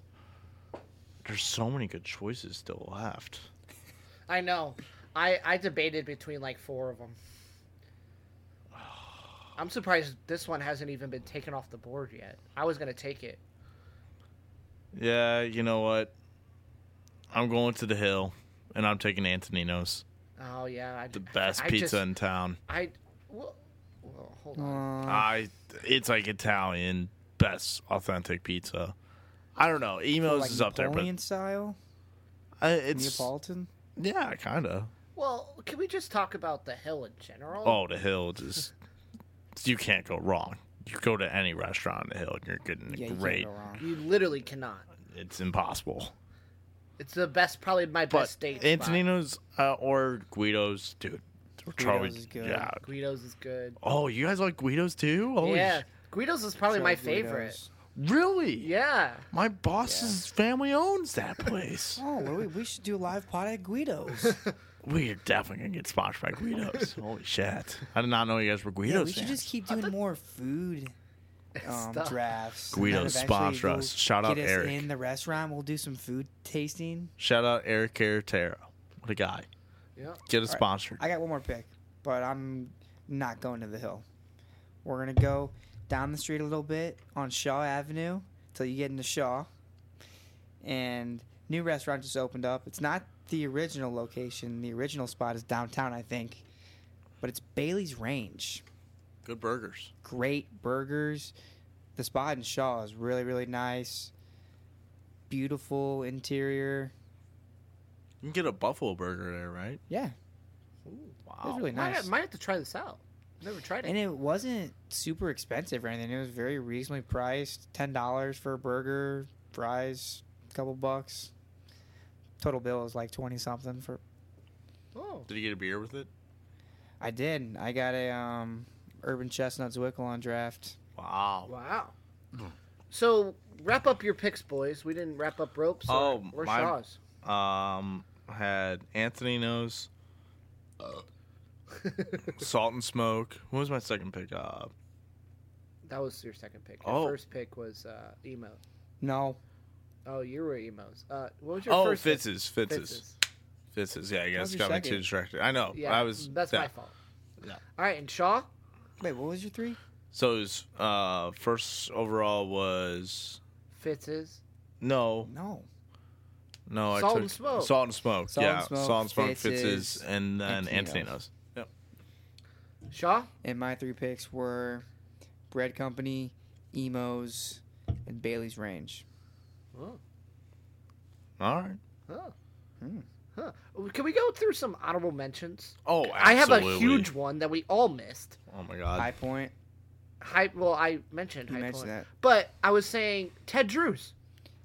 there's so many good choices still left. I know, I I debated between like four of them. I'm surprised this one hasn't even been taken off the board yet. I was gonna take it. Yeah, you know what? I'm going to the hill, and I'm taking Antonino's, Oh yeah, I, the best I pizza just- in town. I well, well, Uh, hold on. Aw, I, it's like Italian best authentic pizza. I don't know. Emo's like is up there, but Napoleon style, I, it's Neapolitan. yeah, kind of. Well, can we just talk about the hill in general? Oh, the hill just you can't go wrong. You go to any restaurant on the hill and you're getting Yeah, you great. can't go wrong. You literally cannot. It's impossible. It's the best, probably my But best date. spot. Antonino's uh, or Guido's, dude. Or Charlie's, is good. yeah. Guido's is good. Oh, you guys like Guido's too? Holy yeah, sh- Guido's is probably my Charlie Guido's. favorite. really? Yeah. My boss's family owns that place. Oh, what do we, we should do a live pod at Guido's. we are definitely gonna get sponsored by Guido's. Holy shit! I did not know you guys were Guido's yeah, we should fans. just keep doing more food um, Stuff. drafts. and Guido, then eventually sponsor we'll us. Shout out get us Eric. in the restaurant. We'll do some food tasting. Shout out Eric Caratero. What a guy! Yeah. Get us right. sponsored. I got one more pick, but I'm not going to the hill. We're gonna go down the street a little bit on Shaw Avenue till you get into Shaw. And new restaurant just opened up. It's not the original location. The original spot is downtown, I think. But it's Bailey's Range. Good burgers. Great burgers. The spot in Shaw is really, really nice. Beautiful interior. You can get a buffalo burger there, right? Yeah, Wow. it's really nice. Might, might have to try this out. Never tried it. And it wasn't super expensive or anything. It was very reasonably priced. Ten dollars for a burger, fries, a couple bucks. Total bill was like twenty something for oh. Did you get a beer with it? I did. I got a um Urban Chestnuts Wickle on draft. Wow. Wow. So wrap up your picks, boys. We didn't wrap up ropes or, Oh, or my- Shaw's. Um, had Anthony knows salt and smoke. What was my second pick? Uh, that was your second pick. Your Oh. first pick was uh, emo. No, Oh, you were emos. Uh, what was your Oh, first? Fitz's, one? Fitz's, Fitz's. Yeah, I guess was got your me too second? distracted. I know. Yeah, I was. That's yeah. my fault. Yeah. All right, and Shaw. Wait, what was your three? So his uh, first overall was Fitz's. no, No. no. Salt I took and Smoke. Salt and smoke. Salt yeah, and Smoke, salt and smoke. Fitz's, Fitz's, and then Antoninos. Antoninos. Yep. Shaw. And my three picks were Bread Company, Emos, and Bailey's Range. Oh. All right. Huh. Hmm. Huh. Can we go through some honorable mentions? Oh, absolutely. I have a huge one that we all missed. Oh my god. High Point. High, well, I mentioned You high mentioned point, that. but I was saying Ted Drews.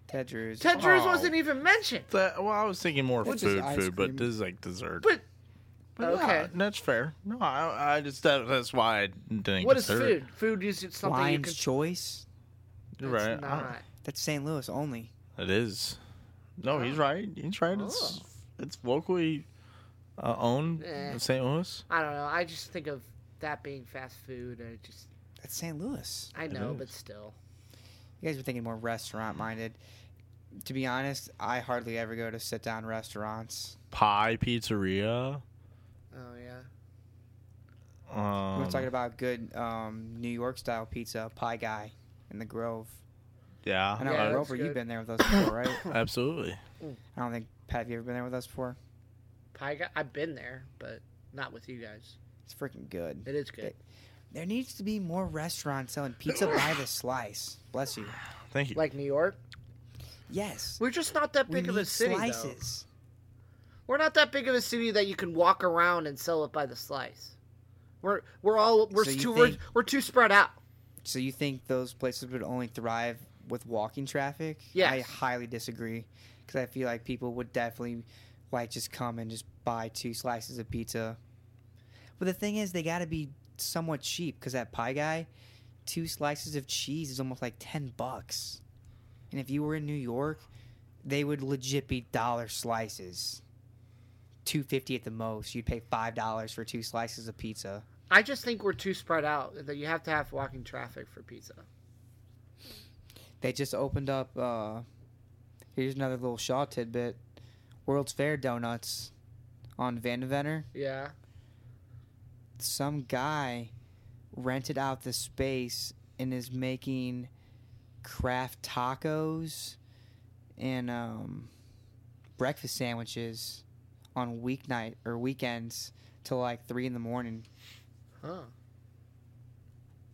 Ted Drews. Ted Drews Oh. wasn't even mentioned. That- well, I was thinking more That's just food, ice food, but cream. this is like dessert. But But yeah, okay. that's fair. No, I, I just that, that's why I didn't. what is consider it. food? Food is something you Wine's can. Choice. You're It's right. I not. That's St. Louis only. It is. No, he's Oh. right. He's right. It's it's locally uh, owned Eh. in St. Louis. I don't know. I just think of that being fast food, and it just That's St. Louis. I know, is. but still. You guys were thinking more restaurant minded. To be honest, I hardly ever go to sit down restaurants. Pie Pizzeria. Oh yeah. Um, We're talking about good um, New York style pizza, Pie Guy in the Grove. yeah, I know, Yeah, uh, that's Roper, good. you've been there with us before, right? absolutely. I don't think, Pat, have you ever been there with us before? Pie guy. I've been there, but not with you guys. It's freaking good. It is good. It- There needs to be more restaurants selling pizza by the slice. Bless you. Thank you. like New York, Yes. we're just not that We big of a need city. though. slices. We're not that big of a city that you can walk around and sell it by the slice. We're we're all we're So you too we're, think- we're too spread out. So you think those places would only thrive with walking traffic? Yes. I highly disagree because I feel like people would definitely like just come and just buy two slices of pizza. But the thing is, they got to be somewhat cheap because that pie guy, two slices of cheese is almost like ten bucks, and if you were in New York, they would legit be dollar slices. Two fifty at the most. You'd pay five dollars for two slices of pizza. I just think we're too spread out that you have to have walking traffic for pizza. They just opened up. Uh, here's another little Shaw tidbit: World's Fair donuts on Vandeventer. Yeah. Some guy rented out the space and is making craft tacos and um, breakfast sandwiches on weeknight or weekends till like three in the morning. Huh.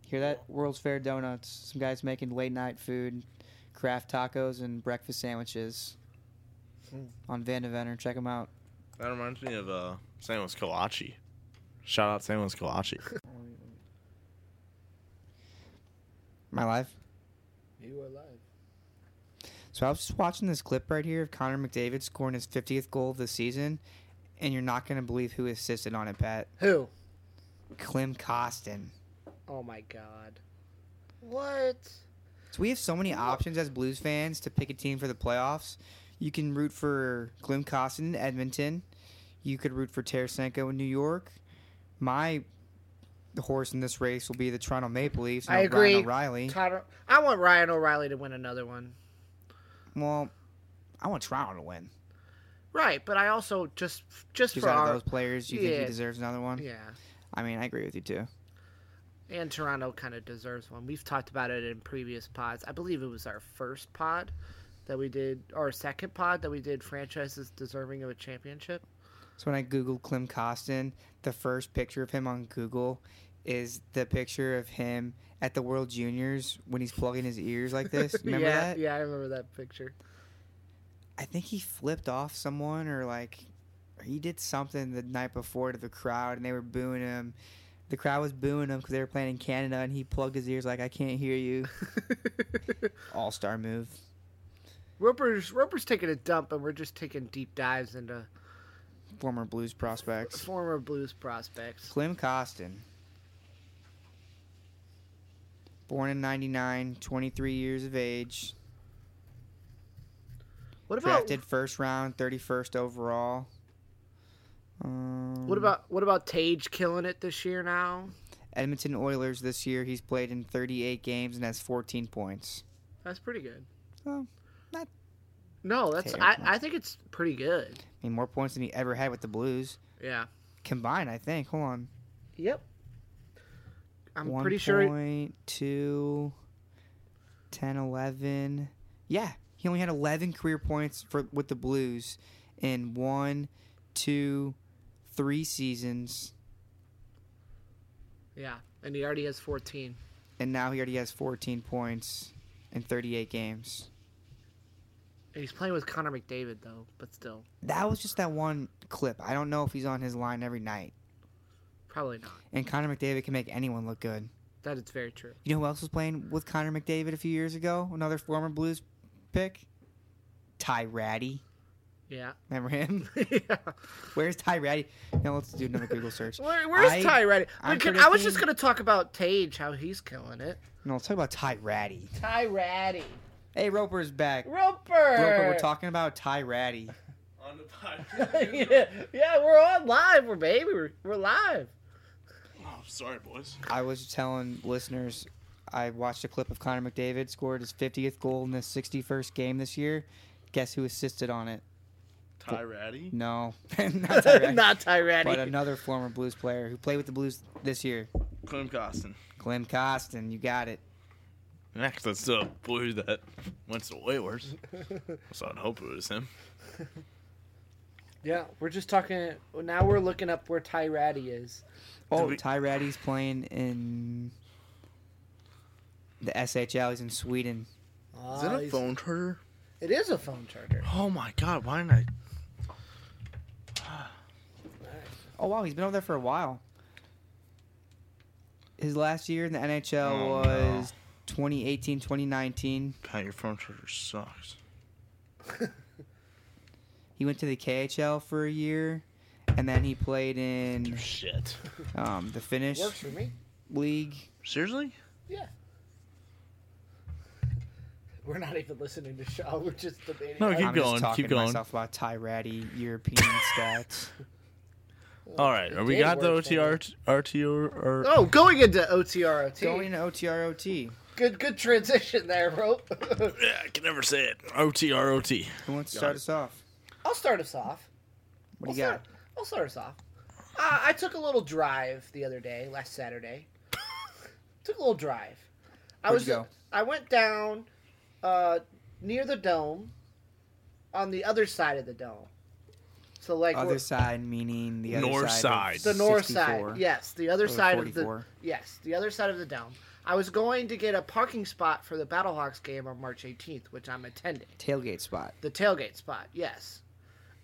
Hear that? World's Fair donuts. Some guys making late night food, craft tacos, and breakfast sandwiches on Van Deventer. Check them out. That reminds me of uh, St. Louis Kolache. Shout out St. Louis Kolache. My life. You are live. So I was just watching this clip right here of Connor McDavid scoring his 50th goal of the season, and you're not going to believe who assisted on it, Pat. Who? Clem Costin. Oh my god. What? So we have so many options as Blues fans to pick a team for the playoffs. You can root for Glim Costin in Edmonton. You could root for Tarasenko in New York. My horse in this race will be the Toronto Maple Leafs. I not agree. Ryan O'Reilly. Todd, I want Ryan O'Reilly to win another one. Well, I want Toronto to win. Right, but I also just just Just for out of our those players, you think Yeah. he deserves another one? yeah. I mean, I agree with you too. And Toronto kind of deserves one. We've talked about it in previous pods. I believe it was our first pod that we did, or second pod that we did franchises deserving of a championship. So when I googled Clem Costin, the first picture of him on Google is the picture of him at the World Juniors when he's plugging his ears like this. Remember yeah, that? Yeah, I remember that picture. I think he flipped off someone or like or he did something the night before to the crowd and they were booing him. The crowd was booing him because they were playing in Canada and he plugged his ears like I can't hear you. All star move. Roper's Roper's taking a dump, and we're just taking deep dives into Former Blues prospects. former Blues prospects. Clem Costin. Born in 99, 23 years of age. What about Drafted first round, 31st overall. Um, what about what about Tage killing it this year now? Edmonton Oilers this year? He's played in 38 games and has 14 points. That's pretty good. So, not No, that's Take your I, points. I think it's pretty good. I mean, more points than he ever had with the Blues Yeah. combined. I think. Hold on. Yep. I'm One pretty sure point, two, 10, 11. Yeah, he only had 11 career points for with the Blues in one, two, three seasons, Yeah. And he already has fourteen. and now he already has 14 points in 38 games. And he's playing with Connor McDavid though, but still. That was just that one clip. I don't know if he's on his line every night. Probably not. And Connor McDavid can make anyone look good. That is very true. You know who else was playing with Connor McDavid a few years ago? Another former Blues pick? Ty Ratty. Yeah. Remember him? yeah. Where's Ty Ratty? Now let's do another Google search. Where, where's I- Ty Ratty? I'm Wait, can- I was predicting- just gonna talk about Tage, how he's killing it. No, let's talk about Ty Ratty. Ty Ratty. Hey, Roper's back. Roper. Roper, we're talking about Ty Ratty. On the yeah, yeah, we're on live. We're baby. We're, we're live. oh, sorry, boys. I was telling listeners, I watched a clip of Connor McDavid scored his 50th goal in his 61st game this year. Guess who assisted on it? Ty Ratty. No, not Ty Ratty, Not Ty Ratty. but another former Blues player who played with the Blues this year, Clem Costin. Clem Costin. You got it. Next, that's the blue that went to Waywers. so I'd hope it was him. yeah, we're just talking. Now we're looking up where Ty Ratty is. Oh, we- Ty Ratty's playing in the SHL. He's in Sweden. Is that a phone charger? Ah, It is a phone charger. Oh my god, why didn't I? Oh wow, he's been over there for a while. His last year in the NHL Oh, no. was 2018, 2019. Pat, your phone charger sucks. He went to the KHL for a year, and then he played in Shit. um, the Finnish Works for me. league. Seriously? Yeah. We're not even listening to Shaw. We're just debating. No, keep I'm going, just talking keep to going. myself about Ty Ratty European stats. All right, are we did got the work for me. OTR RTO or Oh, going into OTROT. Going to OTROT. Good, good transition there, Rope. yeah, I can never say it. OTROT. Who wants to start us off? I'll start us off. What do I'll you got? Start, I'll start us off. Uh, I took a little drive the other day, last Saturday. took a little drive. I Where'd was. you go? I went down uh, near the dome, on the other side of the dome. So like Other we're- side meaning the other North side. of side. the north 64. side. Yes, the other the side of 44. the yes, the other side of the dome. I was going to get a parking spot for the Battlehawks game on March 18th, which I'm attending. Tailgate spot. The tailgate spot, yes.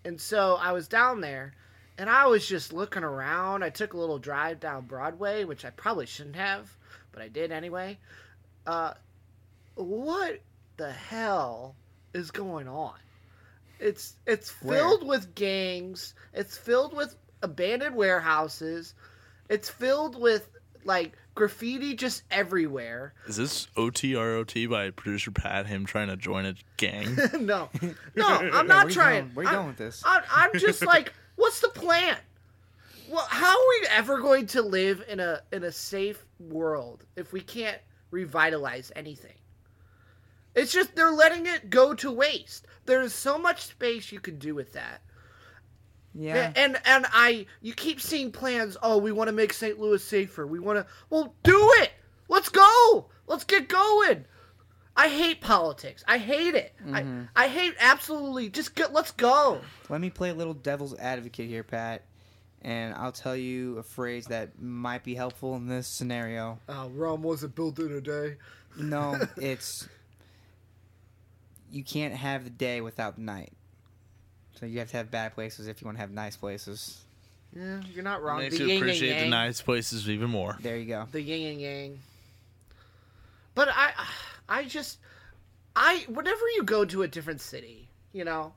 And so I was down there and I was just looking around. I took a little drive down Broadway, which I probably shouldn't have, but I did anyway. Uh, what the hell is going on? It's it's Where? filled with gangs. It's filled with abandoned warehouses. It's filled with like graffiti just everywhere. Is this OTROT by producer Pat? Him trying to join a gang? no, no, I'm where not you trying. going? Where you I'm- going with this? I'm, I'm just like, what's the plan? Well, how are we ever going to live in a in a safe world if we can't revitalize anything? It's just they're letting it go to waste. There's so much space you could do with that. Yeah. And and I you keep seeing plans, oh, we want to make St. Louis safer. We want to Well, do it. Let's go. Let's get going. I hate politics. I hate it. I, I hate absolutely. Just go, let's go. Let me play a little devil's advocate here, Pat, and I'll tell you a phrase that might be helpful in this scenario. Uh, Rome wasn't built in a day. No, it's you can't have the day without the night. So you have to have bad places if you want to have nice places. Yeah, you're not wrong. Makes the you yin appreciate and the yang. nice places even more. There you go. the yin and yang. But I, I just, I whenever you go to a different city, you know,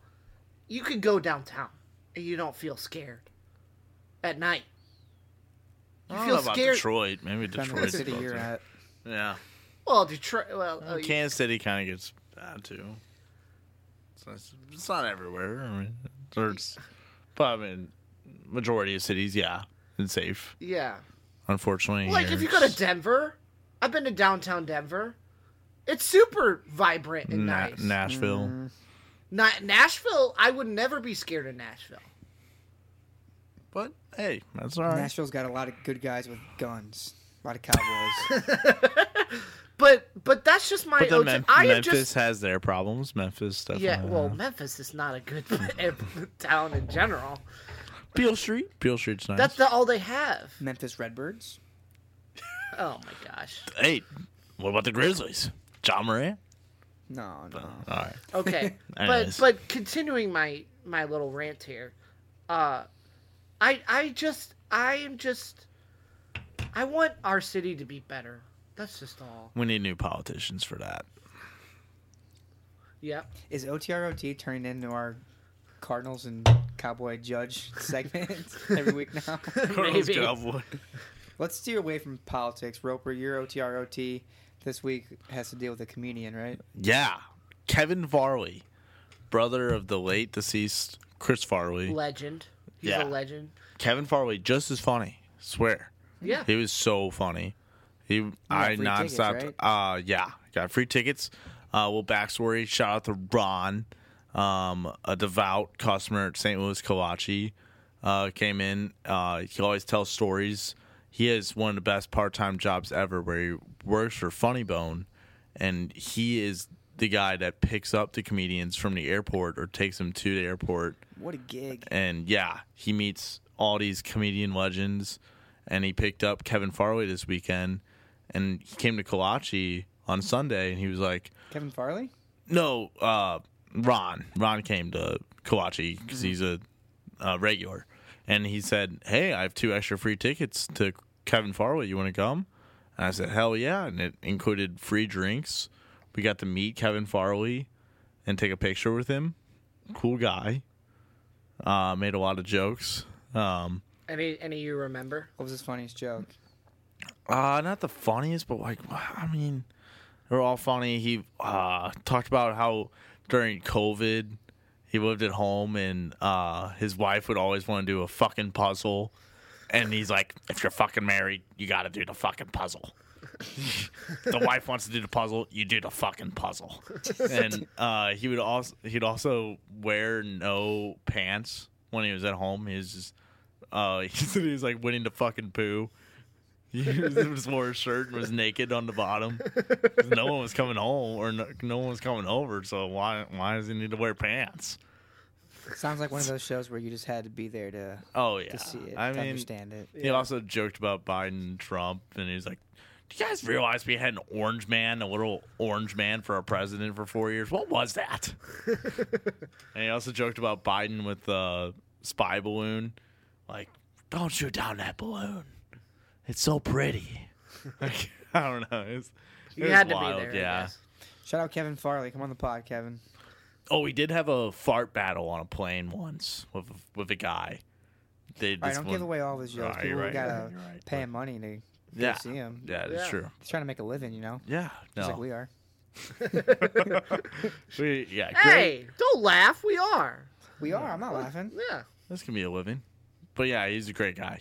you could go downtown and you don't feel scared at night. You I don't feel know about scared. Detroit. Maybe Depending on what Detroit's city about you're there. at. Yeah. Well, Detroit. Well, uh, Kansas City kind of gets bad too. It's not, it's not everywhere. I mean, there's, but I mean, majority of cities, yeah, it's safe. yeah. Unfortunately, Like if you go here's- to Denver, I've been to downtown Denver. It's super vibrant and Na- nice. Mm-hmm. Nashville, Not Nashville. I would never be scared of Nashville. But hey, that's all right. Nashville's got a lot of good guys with guns, a lot of cowboys. But but that's just my. But then OG. Mem- I am Memphis just has their problems. Memphis definitely. uh, yeah. Well, has. Memphis is not a good town in general. Beale Street. Beale Street's nice. That's the, all they have. Memphis Redbirds. Oh my gosh. hey, what about the Grizzlies? John Moran. No, no. All right. Okay, but Anyways. but continuing my my little rant here, uh, I I just I am just I want our city to be better. That's just all. We need new politicians for that. Yep. Is OTROT turning into our Cardinals and Cowboy Judge segment every week now? Maybe. Cowboy. Let's steer away from politics. Roper, your OTROT this week has to deal with a comedian, right? Yeah, Kevin Varley, brother of the late deceased Chris Farley. Legend. He's Yeah. a legend. Kevin Farley just as funny. Swear. Yeah. He was so funny. He I free non tickets, stop uh yeah, got free tickets. Uh well backstory, shout out to Ron, um, a devout customer at St. Louis Kalachi, uh, came in. Uh he always tells stories. He has one of the best part time jobs ever where he works for Funny Bone and he is the guy that picks up the comedians from the airport or takes them to the airport What a gig. and yeah, he meets all these comedian legends, and he picked up Kevin Farley this weekend, and he came to Kalachi on Sunday, and he was like, Kevin Farley? "No, uh, Ron, Ron came to Kalachi because he's a, a regular," and he said, "Hey, I have two extra free tickets to Kevin Farley. You want to come?" And I said, "Hell yeah!" And it included free drinks. We got to meet Kevin Farley and take a picture with him. Cool guy. Uh, made a lot of jokes. Um, Any any you remember? What was his funniest joke? uh, not the funniest, but like, I mean, they're all funny. He uh, talked about how during COVID he lived at home and uh, his wife would always want to do a fucking puzzle. And he's like, if you're fucking married, you got to do the fucking puzzle. the wife wants to do the puzzle, you do the fucking puzzle. And uh, he would also he'd also wear no pants when he was at home. He was just uh, he said he was like winning the fucking poo. He just wore a shirt and was naked on the bottom. 'Cause No one was coming home, or no, no one was coming over. So why why does he need to wear pants? Sounds like one of those shows where you just had to be there to, Oh yeah, to see it, I to mean, understand it. he also joked about Biden and Trump, and he was like, "Do you guys realize we had an orange man, a little orange man, for our president for four years? What was that?" and he also joked about Biden with the spy balloon, like, "Don't shoot down that balloon. It's so pretty." Like, I don't know. It was, it You was had to wild. be there. I Yeah. guess. Shout out Kevin Farley. Come on the pod, Kevin. Oh, we did have a fart battle on a plane once with with a guy. All They right, just don't won- give away all his jokes. Right, People right, gotta right, right. pay him money to Yeah, see him. yeah, that's Yeah. true. He's trying to make a living, you know? Yeah, Just no, like we are. We- yeah, great. Hey, don't laugh. We are. We are. I'm not laughing. Yeah. This can be a living. But yeah, he's a great guy.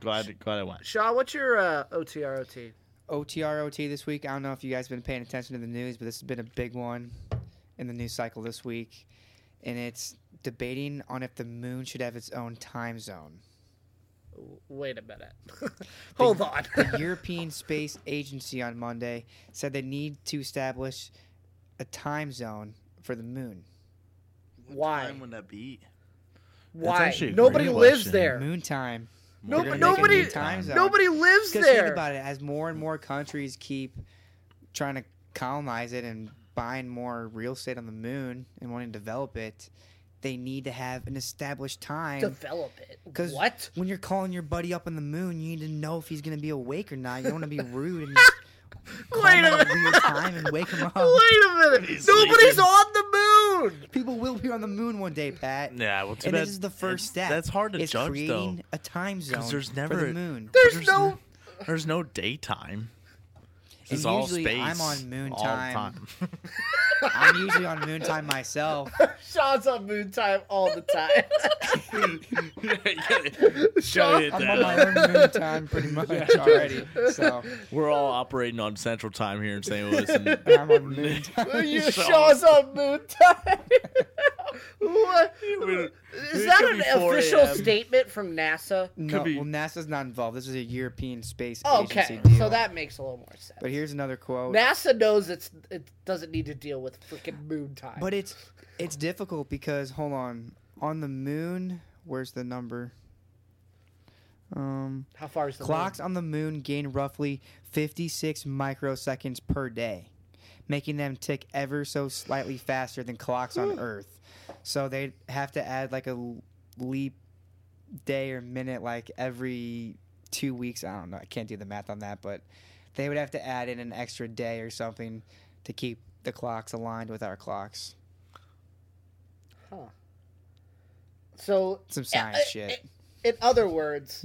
Glad glad I went. Shaw, what's your uh, OTROT? OTROT this week. I don't know if you guys been paying attention to the news, but this has been a big one in the news cycle this week. And it's debating on if the moon should have its own time zone. W- Wait a minute. Hold on. The European Space Agency on Monday said they need to establish a time zone for the moon. Why? would that be? Why? actually a Nobody great lives question. there. Moon time. No, We're but gonna make a nobody- new time zone. Nobody lives Because think there. about it, as more and more countries keep trying to colonize it and buying more real estate on the moon and wanting to develop it, they need to have an established time. Develop it. Because What? when you're calling your buddy up on the moon, you need to know if he's going to be awake or not. You don't want to be rude and just call Wait him a at a weird time and wake him up. Wait a minute. He's Nobody's sleeping. on the moon. People will be on the moon one day, Pat. Yeah, well, too and bad. this is the first it's- step. That's hard to is judge creating though, a time zone there's for never the moon. There's no- n- there's no daytime. It's and all usually space. I'm on moon all the time. time. I'm usually on moon time myself. Sean's on moon time all the time. Show it I'm that. on my own moon time pretty much already. So We're all operating on Central Time here in St. Louis. And I'm on moon time. you, Sean. Sean's on moon time. what? It Is could that be an 4 official a.m. statement from NASA? No, be. well, NASA's not involved. This is a European space Okay, agency deal. so that makes a little more sense. But here's another quote. NASA knows it's it doesn't need to deal with freaking moon time. But it's it's difficult because hold on, on the moon, where's the number? Um, how far is the clocks on the moon gain roughly 56 microseconds per day, making them tick ever so slightly faster than clocks on Earth. So they have to add like a l- leap day or minute like every two weeks. I don't know. I can't do the math on that, but they would have to add in an extra day or something to keep the clocks aligned with our clocks. Moon? So Some science uh, shit. In other words,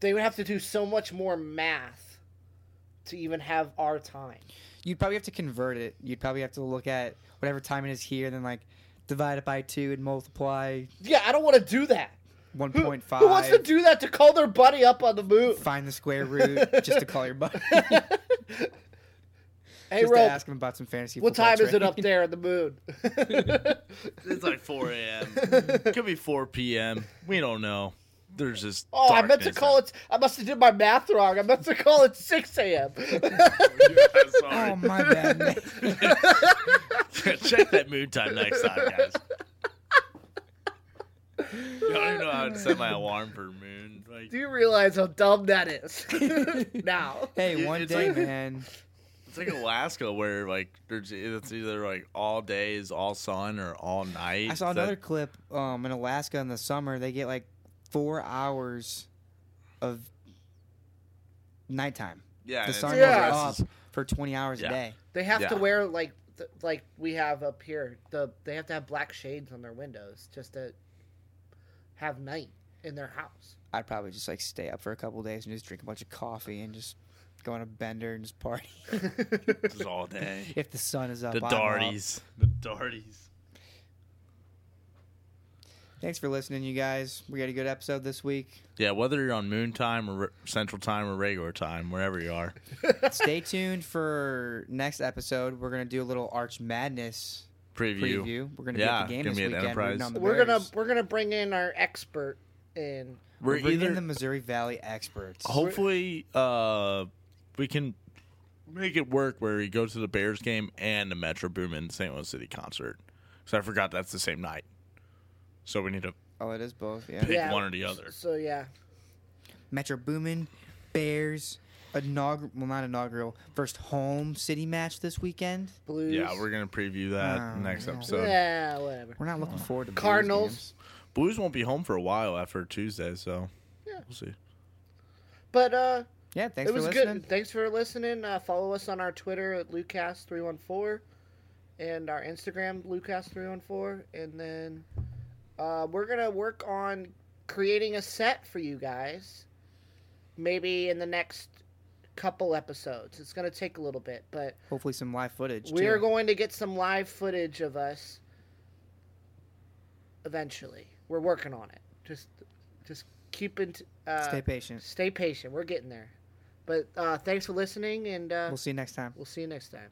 they would have to do so much more math to even have our time. You'd probably have to convert it. You'd probably have to look at whatever time it is here, and then like divide it by two and multiply Yeah, I don't want to do that. one Who, point who wants to five. do that to call their buddy up on the moon? Find the square root just to call your buddy. Hey, just to Rope, ask him about some fantasy. what football time is it training. up there in the moon? It's like 4 a.m. Could be 4 p.m. We don't know. There's just. oh, I meant to darkness call out. it. I must have did my math wrong. I meant to call it 6 a.m. Yeah, sorry. Oh my bad. man. Check that moon time next time, guys. Y'all don't even know how to set my alarm for moon. Like, do you realize how dumb that is? now. Hey, It- one it's day, like- man. it's like Alaska where like there's e, it's either like all days, all sun, or all night. I saw Is that- another clip um, in Alaska in the summer. They get like four hours of nighttime. yeah, The and sun it's- goes Yeah. up for 20 hours Yeah. a day. They have Yeah. to wear like th- like we have up here. The they have to have black shades on their windows just to have night in their house. I'd probably just like stay up for a couple days and just drink a bunch of coffee and just go on a bender and just party. It's all day. if the sun is up, The I'm up. darties. The darties. Thanks for listening, you guys. We got a good episode this week. Yeah, whether you're on moon time or re- central time or regular time, wherever you are. Stay tuned for next episode. We're gonna do a little Arch Madness Preview. preview. We're gonna Yeah, be at the game gonna this be at weekend. Enterprise. rooting on the We're gonna Bears. we're gonna bring in our expert in. we're, We're, either Oh. in the Missouri Valley experts. hopefully uh we can make it work where he goes to the Bears game and the Metro Boomin St. Louis City concert. Because I forgot that's the same night. So we need to Oh, it is both. Yeah. pick Yeah. one or the other. So yeah, Metro Boomin, Bears, inaugural well not inaugural first home city match this weekend. blues. Yeah, we're gonna preview that Oh, next yeah. episode. yeah, whatever. We're not looking forward to Bears Cardinals. games. Blues won't be home for a while after Tuesday, so Yeah. we'll see. But uh, Yeah, thanks it was for listening. good. Thanks for listening. Uh, follow us on our Twitter at Lucas314 and our Instagram, Lucas314. And then uh, we're going to work on creating a set for you guys maybe in the next couple episodes. It's going to take a little bit, but Hopefully some live footage. we are too. going to get some live footage of us eventually. We're working on it. Just just keep in t- uh, Stay patient. stay patient. We're getting there. But uh, thanks for listening, and uh, We'll see you next time. we'll see you next time.